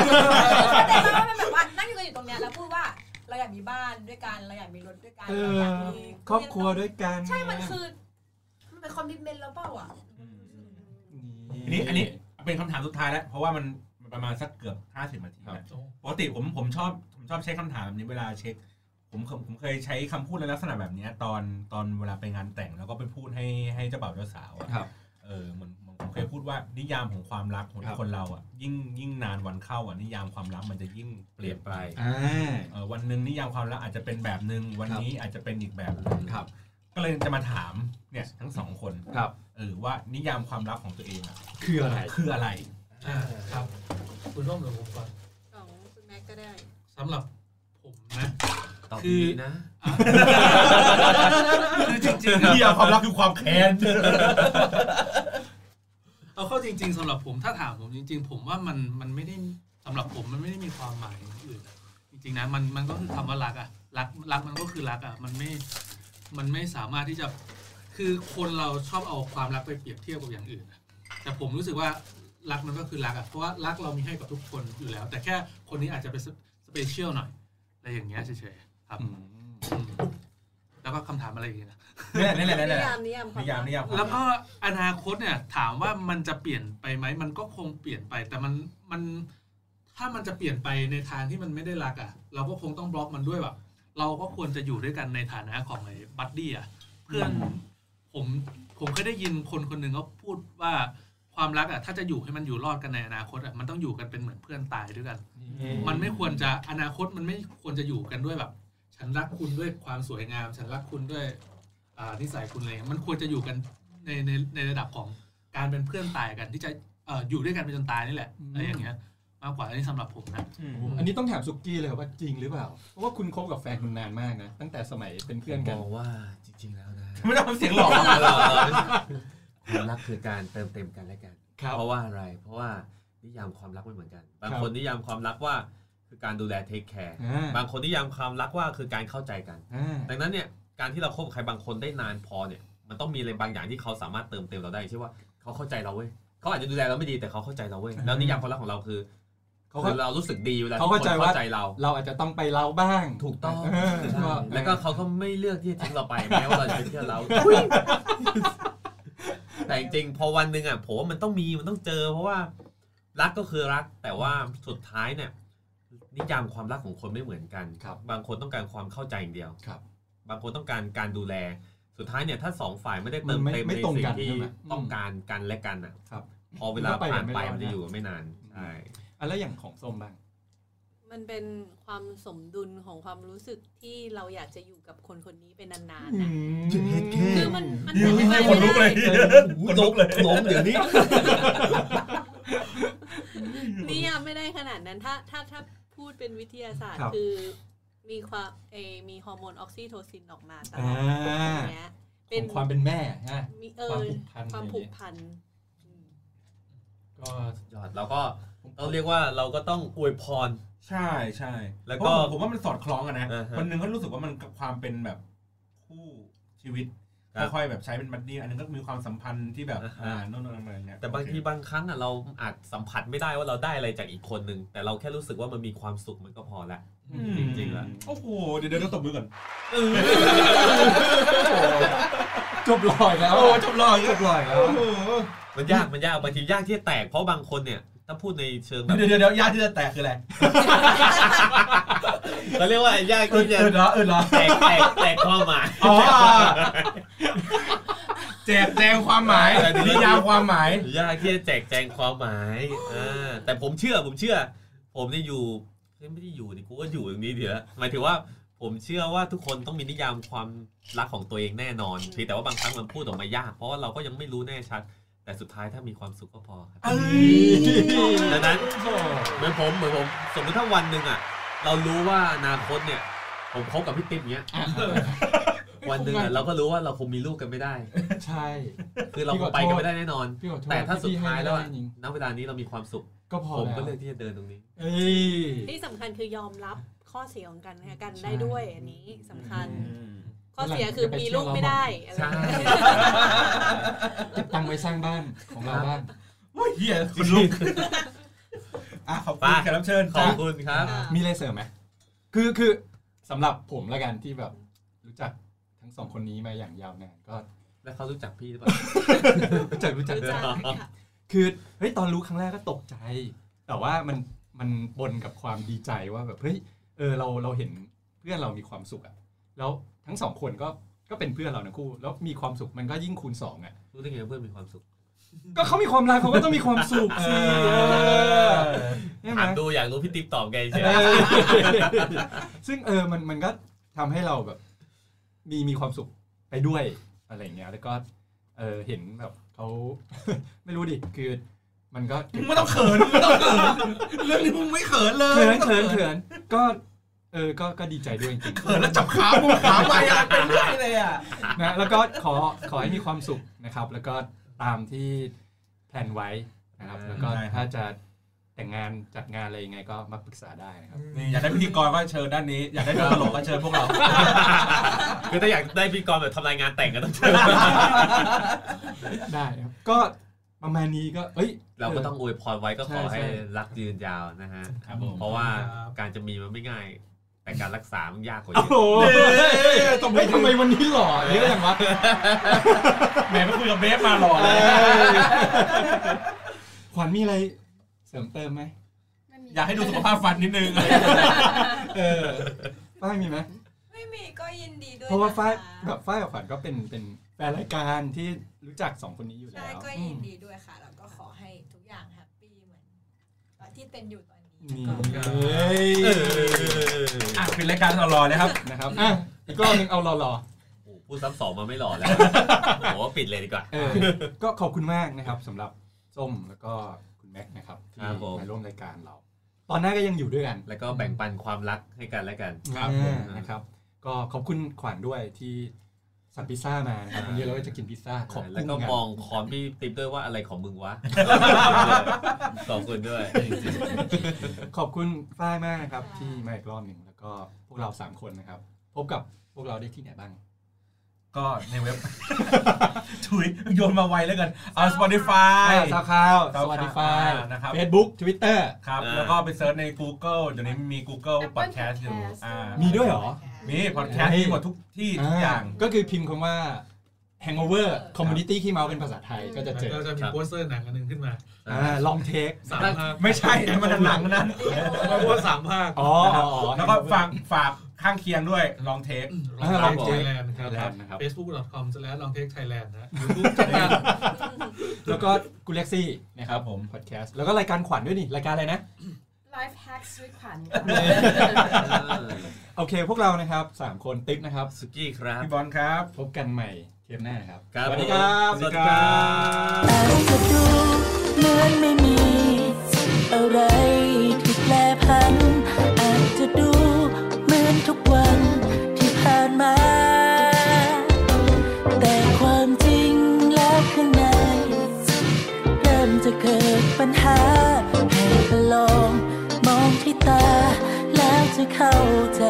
S7: แต่ว่ามันแบบว่านั่งอยู่กันอยู่ตรงเนี้ยแล้วพูดว่าเราอยากมีบ้านด้วยกันเราอยากมีรถด้วยกัน
S1: เอ
S7: เรา
S1: อ
S7: อยากมี
S1: ครอบครัวด้วยกัน
S7: ใช่มันคือมันเป็นคอมมิชเมนต์แล้วเปล่าอ่ะ
S4: อันนี้อันนี้เป็นคำถามสุดท้ายแล้ว เพราะว่ามันมันประมาณสักเกือบ50นาที
S1: ครับ
S4: แล้วปกติผมผมชอบผมชอบใช้คำถามแบบนี้เวลาเช็ค ผมผมผมเคยใช้คำพูดในลักษณะแบบเนี้ยตอนตอนเวลาไปงานแต่งแล้วก็ไปพูดให้ให้เจ้าบ่าวเจ้าสาวอะ
S1: ครับ
S4: เออเหมือนผมเคยพูดว่านิยามของความรักของ
S1: ครับ
S4: คนเราอ่ะยิ่งยิ่งนานวันเข้าอ่ะนิยามความรักมันจะยิ่งเปลี่ยนไป
S1: อ่า
S4: เอ่อวันหนึ่งนิยามความรักอาจจะเป็นแบบหนึ่งวันนี้อาจจะเป็นอีกแบบหนึ่ง
S1: ครับ
S4: ก็เลยจะมาถามเนี่ยทั้งสองคน
S1: ครับ
S4: เออว่านิยามความรักของตัวเองอะ
S1: คืออะไร
S4: คืออะไร
S3: อ่าครับ คุณร่วมหรือผมก่อน
S5: ของคุณแม็กก็ได้
S3: สำหรับผมนะ
S2: ตอบ
S3: คือ
S2: ดีนะ
S4: คือจริงๆนิยามความรักคือความแค้น
S3: เอาเข้าจริง ๆสำหรับผมถ้าถามผมจริง ๆ ผมว่ามันมันไม่ได้สำหรับผมมันไม่ได้มีความหมายอื่นอะจริงๆนะมันมันก็คือคำว่ารักอะรักรักมันก็คือรักอะมันไม่มันไม่สามารถที่จะคือคนเราชอบเอาความรักไปเปรียบเทียบกับอย่างอื่นอะแต่ผมรู้สึกว่ารักมันก็คือรักอะเพราะว่ารักเรามีให้กับทุกคนอยู่แล้ว แต่แค่คนนี้อาจจะเป็นสเปเชียลหน่อยอะไรอย่างเงี้ยเฉยๆครับอืมแล้วก็คำถามอะไรอีกนะ
S4: นี่แหละนี่แหละนี่แห
S5: นิ
S4: ละ
S5: ยามนิยามความ
S4: นิยามนิยามความ
S3: แล้ว
S4: รั
S3: ก็
S4: ก
S3: อนาคตเนี่ยถามว่ามันจะเปลี่ยนไปไหมมันก็คงเปลี่ยนไป แต่มันมันถ้ามันจะเปลี่ยนไปในทางที่มันไม่ได้รักอะ่ะ เราก็คงต้องบล็อกมันด้วยแบบเราก็ควรจะอยู่ด้วยกันในฐานะของไอ้บัดดี้อ่ะเพื่อนผมผมเคยได้ยินคนคนหนึ่งเขาพูดว่าความรักอะ่ะถ้าจะอยู่ให้มันอยู่รอดกันในอนาคตอะ่ะมันต้องอยู่กันเป็นเหมือนเพื่อนตายด้วยกัน มันไม่ควรจะอนาคตมันไม่ควรจะอยู่กันด้วยแบบ ฉันรักคุณด้วยความสวยงาม ฉันรักคุณด้วยอ่านิสัยคุณอะไรเงี้ยมันควรจะอยู่กันในในในระดับของการเป็นเพื่อนตายกันที่จะเอ่ออยู่ด้วยกันไปจนตายนี่แหละ
S1: อืม
S3: อะไรอย่างเงี้ยมากกว่าอันนี้สำหรับผมนะ
S4: อืม
S1: อันนี้ต้องถามสุกี้เลยว่าจริงหรือเปล่า เพราะว่าคุณคบกับแฟนคุณนานมากนะ ตั้งแต่สมัยเป็นเพื่อน
S2: ม
S1: กัน
S2: องว่าจริง ๆ แล้วนะ
S4: ไม่ต้องทำเสียงหลอกอะ
S2: ความรักคือการเติมเต็มกันและกัน
S1: ครับ
S2: เพราะว่าอะไร เพราะว่านิยามความรักไม่เหมือนกัน บาง
S1: ครับ
S2: คนนิยามความรักว่า คือการดูแลเทคแคร์
S1: อ่า
S2: บางคนนิยามความรักว่าคือการเข้าใจกัน
S1: อ่า
S2: ดังนั้นเนี่ยการที่เราคบกับใครบางคนได้นานพอเนี่ยมันต้องมีอะไรบางอย่างที่เขาสามารถเติมเต็มเราได้เช่นว่าเขาเข้าใจเราเว้ยเขาอาจจะดูแลเราไม่ดีแต่เขาเข้าใจเราเว้ยแล้วนิยามความรักของเราคือ
S1: เขาก็
S2: คือเรารู้สึกดีเวลา
S1: เขา
S2: ที่ค
S1: เข้าน ใจว่า
S2: เข้าใจเรา
S1: เราอาจจะต้องไปเล้าบ้าง
S2: ถูกต้อง
S1: เออ
S2: ใช่
S1: ก็
S2: แล้วก็เขาก็ไม่เลือกที่จะทิ้งเราไป แม้ว่าเราจะไปเที่ยวเราแต่จริงๆพอวันหนึ่งอ่ะผมว่ามันต้องมีมันต้องเจอ เพราะว่ารักก็คือรัก แต่ว่าสุดท้ายเนี่ย นิยามความรักของคนไม่เหมือนกัน
S1: ครับ
S2: งคนต้องการความเข้าใจอย่างเดียว
S1: ครับ
S2: บางคนต้องการการดูแล สุดท้ายเนี่ยถ้าสองฝ่ายไม่ได้เติม
S1: มันไม่
S2: เต็ม
S1: ไม่
S2: ใน
S1: ตรง
S2: สิ่
S1: กั
S2: ง
S1: น
S2: ที่
S1: ใช่ไหม
S2: ต้องการกันและกันอ่ะ
S1: ครับ
S2: พอเวลา
S1: มันก็ไป
S2: ผ่าน
S1: แบบ
S2: ไป
S1: ไม่รอด
S2: มันจะ
S1: นะ
S2: อยู่ไม่นานใช่
S1: อ่ะแล้วอย่างของส้มบ้าง
S5: มันเป็นความสมดุลของความรู้สึกที่เราอยากจะอยู่กับคนคนนี้ไปนานๆนะคือมันมัน
S4: ยิ้ม
S5: อธิบาย
S4: ขนลุกเลย
S5: ไม่ได้
S4: ขนลุกเลย
S2: ล้มเดี๋ยวนี้
S5: นิยามไม่ได้ขนาดนั้นถ้าถ้าถ้าพูดเป็นวิทยาศาสตร์
S1: ครับ
S5: คือมีความเออมีฮอร์โมนออกซิโทซินออกมาตล
S1: อ่า
S5: อดอย่างเงี้ย
S1: ของความเป็นแม่ฮะ
S5: มีเอ
S1: ความผูกพัน
S5: อความผูกพันอืม
S3: ก็
S2: ยอดแล้วก็ต้องเรียกว่าเราก็ต้องอวยพร
S4: ใช่ใช่
S2: แล้วก็
S4: เพราะผมผมว่ามันสอดคล้องกันนะ
S2: อ่าฮะ
S4: คนหนึงเขารู้สึกว่ามันกับความเป็นแบบคู่ชีวิต
S2: ครับ
S4: ค่อยๆแบบใช้เป็นบัดดี้อันนึงก็มีความสัมพันธ์ที่แบบอ่าโน่นๆอะไรเงี้ย
S2: แต่บางทีบางครั้งอ่ะเราอาจสัมผัสไม่ได้ว่าเราได้อะไรจากอีกคนนึง แต่เราแค่รู้สึกว่ามันมีความสุขมันก็พอ ละ
S4: อืม
S2: จริงๆแล้ว
S4: โอ้โหเดี๋ยวเดี๋ยวเราตบมือก่อน
S1: จบลอยแล้ว
S4: โอ้จบลอย
S1: จบลอยแล้ว
S4: โอ้โห
S2: มันยากมันยากบางทียากที่จะแตกเพราะบางคนเนี่ย ถ้าพูดในเชิงแบบ
S4: เดี๋ยวเดี๋ยวเดี๋ยวยาที่จะแตกคืออะไร
S2: เราเรียกว่ายาก
S4: เออ
S2: ที่จะ
S4: เออเหรอเออเหรอ
S2: แตกแตกแตกความหมาย
S4: อ๋อแจกแจงความหมาย
S2: แต่ทีนี้
S4: นิยามความหมาย
S2: ยากที่จะแจกแจงความหมายอ่าแต่ผมเชื่อผมเชื่อ ผมเนี่ยอยู่เฮ้ยไม่ได้อยู่ดิกูก็อยู่อย่างนี้เดี๋ยวหมายถึงว่าผมเชื่อว่าทุกคนต้องมีนิยามความรักของตัวเองแน่นอนเพียงแต่ว่าบางครั้งมันพูดออกมายาก เพราะว่าเราก็ยังไม่รู้แน่ชัด แต่สุดท้ายถ้ามีความสุขก็พอครับ
S4: เอ้ย
S2: ดังนั้นเหมือนผมเหมือนผมสมมติถ้าวันหนึ่งอ่ะ เรารู้ว่าอนาคตเนี่ย ผมคบกับพี่ติ๊บเนี้ย วันหนึ่งอะเราก็รู้ว่าเราคงมีลูกกันไม่ได้
S1: ใช่
S2: คือเราคงไปกันไม่ได้แน่นอน
S1: พี่ขอโทษ
S2: แต่ถ้าสุดท้ายแล้วอะ
S1: พี่ให้ไม่ได้จริง
S2: ณเวลานี้เรามีความสุข
S1: ก็พอ
S2: ผม
S1: แล้
S2: ก็
S1: ว
S2: เลือกที่จะเดินตรงนี้
S1: เอ้ย
S5: ที่สำคัญคือยอมรับข้อเสียของกันและกัน
S1: ใช่
S5: ได้ด้วยอันนี้สำคัญ
S1: อืม
S5: ข้อเสียคือมีลูกไม่ได้อะไร
S2: ใช่
S1: เก็บตังค์ไว้สร้างบ้านของเราบ้าง
S4: โอ้ยเฮียคนลุกอ่ะขอบคุณ
S2: ไป
S4: แขกรับเชิญ
S2: ขอบคุณครับ
S5: อ่า
S1: มีอะไรเสริมไหม คือคือสำหรับผมละกันที่แบบรู้จักทั้งสองคนนี้มาอย่างยาวนานก็
S2: แล้วเขารู้จักพี่หรือเปล่า
S1: รู้จักรู้จัก
S5: รู้จักค่ะ
S1: คือเฮ้ยตอนรู้ครั้งแรกก็ตกใจ แต่ว่ามันมันบนกับความดีใจว่าแบบเฮ้ยเออเราเราเห็นเพื่อนเรามีความสุขอะแล้วทั้งสองคนก็ก็เป็นเพื่อนเราทั้งคู่ แล้วมีความสุขมันก็ยิ่งคูณสองอะ
S2: รู้ได้ไงว่าเพื่อนมีความสุข
S1: ก็เขามีความรักเขาก็ต้องมีความสุ ข
S4: เอ
S1: สิ
S4: อ
S1: ใช่ไหม
S2: ถามดูอยากรู้พี่ติ๊บตอบไงเชีย
S1: เออ ซึ่งเออมันมันก็ทำให้เราแบบ มีมีความสุขไปด้วยอะไรอย่างเงี้ยแล้วก็เออเห็นแบบเขา ไม่รู้ดิคือ มันก็
S4: มึงไม่ต้องเขินมึงไม่ต้องเขินเรื่องนี้มึงไม่เขินเลย
S1: เขินเขินเขินก็ เออก็ก็ดีใจด้วยจริง
S4: เขินแล้วจับขามึงขาไปอะไรเป็นเรื่อยเลยอ่ะ
S1: ๆนะแล้วก็ขอขอให้มีความสุขนะครับ แล้วก็ตามที่แผนไว้นะครับ แล้วก็ถ้าจะแต่งงานจัดงานอะไรยังไงก็มาปรึกษาได้นะครับ
S4: นี่อยากได้พิธีกรก็เชิญด้านนี้ อยากได้ตัวตลกก็เชิญพวกเรา
S2: คือถ้าอยากได้พี่กรณ์แบบทำรายงานแต่งก็ต้องเชิญ
S1: ได้ครับก็ประมาณนี้ก็ เอ้ย
S2: เราก็ต้องอวยพรไว้ก็ขอ
S1: ใช่
S2: ให้
S1: ใช่
S2: รักยืนยาวนะฮะ
S4: ครับผม
S2: เพราะว่าการจะมีมันไม่ง่าย แต่การรักษามันยากกว่าเย
S1: โอ้
S2: อะ
S1: โห
S4: ตบมื
S1: เฮ้
S4: อย
S1: ทำไมวันนี้หล่อเยอะจังวะ
S4: แหมไปคุยกับเบฟมาหล่อเลย
S1: ขวัญมีอะไรเสริมเติมไหม
S6: ไม่มี
S4: อยากให้ดูสุขภาพฟันนิดนึง
S1: เออฝ้ายมีไหม
S7: ไม่มีก็ยินดีด้วย
S1: เพราะว่าฝ้าย
S7: นค
S1: แบบฝ้ายกับขวัญก็เป็นเป็นแฟนรายการที่รู้จักสองคนนี้อยู่แล้
S7: ใช่
S1: ว
S7: ก็
S1: อื
S7: ยิ
S1: ม
S7: นดีด้วยค่ะแล้วก็ขอให้ทุกอย่างแฮปปี้เหมือนตอนที่เป็นอยู่ตอนนี้
S1: นี่
S7: ก่อน
S1: เอ้ย
S4: อ่ะเป็นรายการเรารอเลยครับ
S1: นะครับอ่ะอีกรอบหนึงเอาหล่อ
S2: โอ้โหพูดซ้ำสองมาไม่หล่อ แล้วผมว่าปิดเลยดีกว่า
S1: ๆเออ ก็ขอบคุณมากนะครับสำหรับส้มแล้วก็คุณแม็กซ์นะครับที่
S2: ครับผม
S1: มาร่วมรายการเรา ตอนหน้าก็ยังอยู่ด้วยกัน
S2: แล้วก็แบ่งปันความรักให้กันและกัน
S4: ครับ
S1: อ่านะครับ ก็ขอบคุณขวัญด้วยที่ สั่งพิซซ่ามานะครับวันนี้เราก็จะกินพิซซ่าขอบ
S2: แล้ว
S1: คุณ
S2: ก็
S1: กัน
S2: มองคอมพี่ติ๊บด้วยว่าอะไรของมึงวะ ขอบคุณด้วย
S1: ขอบคุณฝ้ายมากนะครับ ที่มาอีกรอบหนึ่งแล้วก็พวกเราสามคนนะครับ พบกับพวกเราได้ที่ไหนบ้าง
S4: ก็ในเว็บ ถุยโยนมาไวแล้วกันเอา Spotify
S1: อ่าซาวคลาวส
S4: SoundCloud
S1: วัสดีฟ้า
S4: อ่านะครับ
S1: เฟซบุ๊กทวิตเตอร์
S4: ครับ
S2: อ่า
S4: แล้วก็ไปเซิร์ชใน Google เดี๋ยวนี้มี Google
S6: Apple
S4: Podcast อยู่
S6: Podcast
S4: อ่า
S1: มีด้วยเหรอ
S4: มีพอดแคสต์ที่หมดทุกที่ทุกอย่าง
S1: ก็คือพิมพ์คำว่า Hangover Community ขี้เมาเป็นภาษาไทยก็จะเจอ
S3: แล้วก็จะมีโปสเตอร์หนังอันหนึงขึ้นมา
S1: อ่าลองเทค
S3: สามภาค
S4: ไม่ใช่นะมันหนังนะ
S3: มาโพสสามภาค
S1: อ๋ออ๋ออ๋อ
S4: แล้วก็ฝากฝากข้างเคียงด้วยลองเทค
S3: ลองเทคไทยแลนด์ค
S1: ครั
S3: รับ
S1: บนะครับ
S3: facebook.com ลองเทคไทยแลนด์นะ YouTube ช่องทาง
S1: แล้วก็กูเล็กซี่นะครับ
S4: ครับผม
S1: พอดแคสต์แล้วก็รายการขวัญด้วยนี่รายการอะไรนะ
S6: Life Hacks with ขวัญ
S1: โอเคพวกเรานะครับ 3 คนติ๊บนะครับ
S2: สุกี้ครับ
S4: พี่บอลครับ
S1: พบกันใหม่เทปหน้าครับ
S2: ครับ
S1: สวัสดีครับ
S2: สวัสดีครับ
S8: อะไรจะดูเหมือนไม่มี อะไรที่แปลพันอาจจะดูเหมือนทุกวันที่ผ่านมา แต่ความจริงแล้วข้างใน เริ่มจะเกิดปัญหา ให้ทดลองมองที่ตาแล้วจะเข้าใจ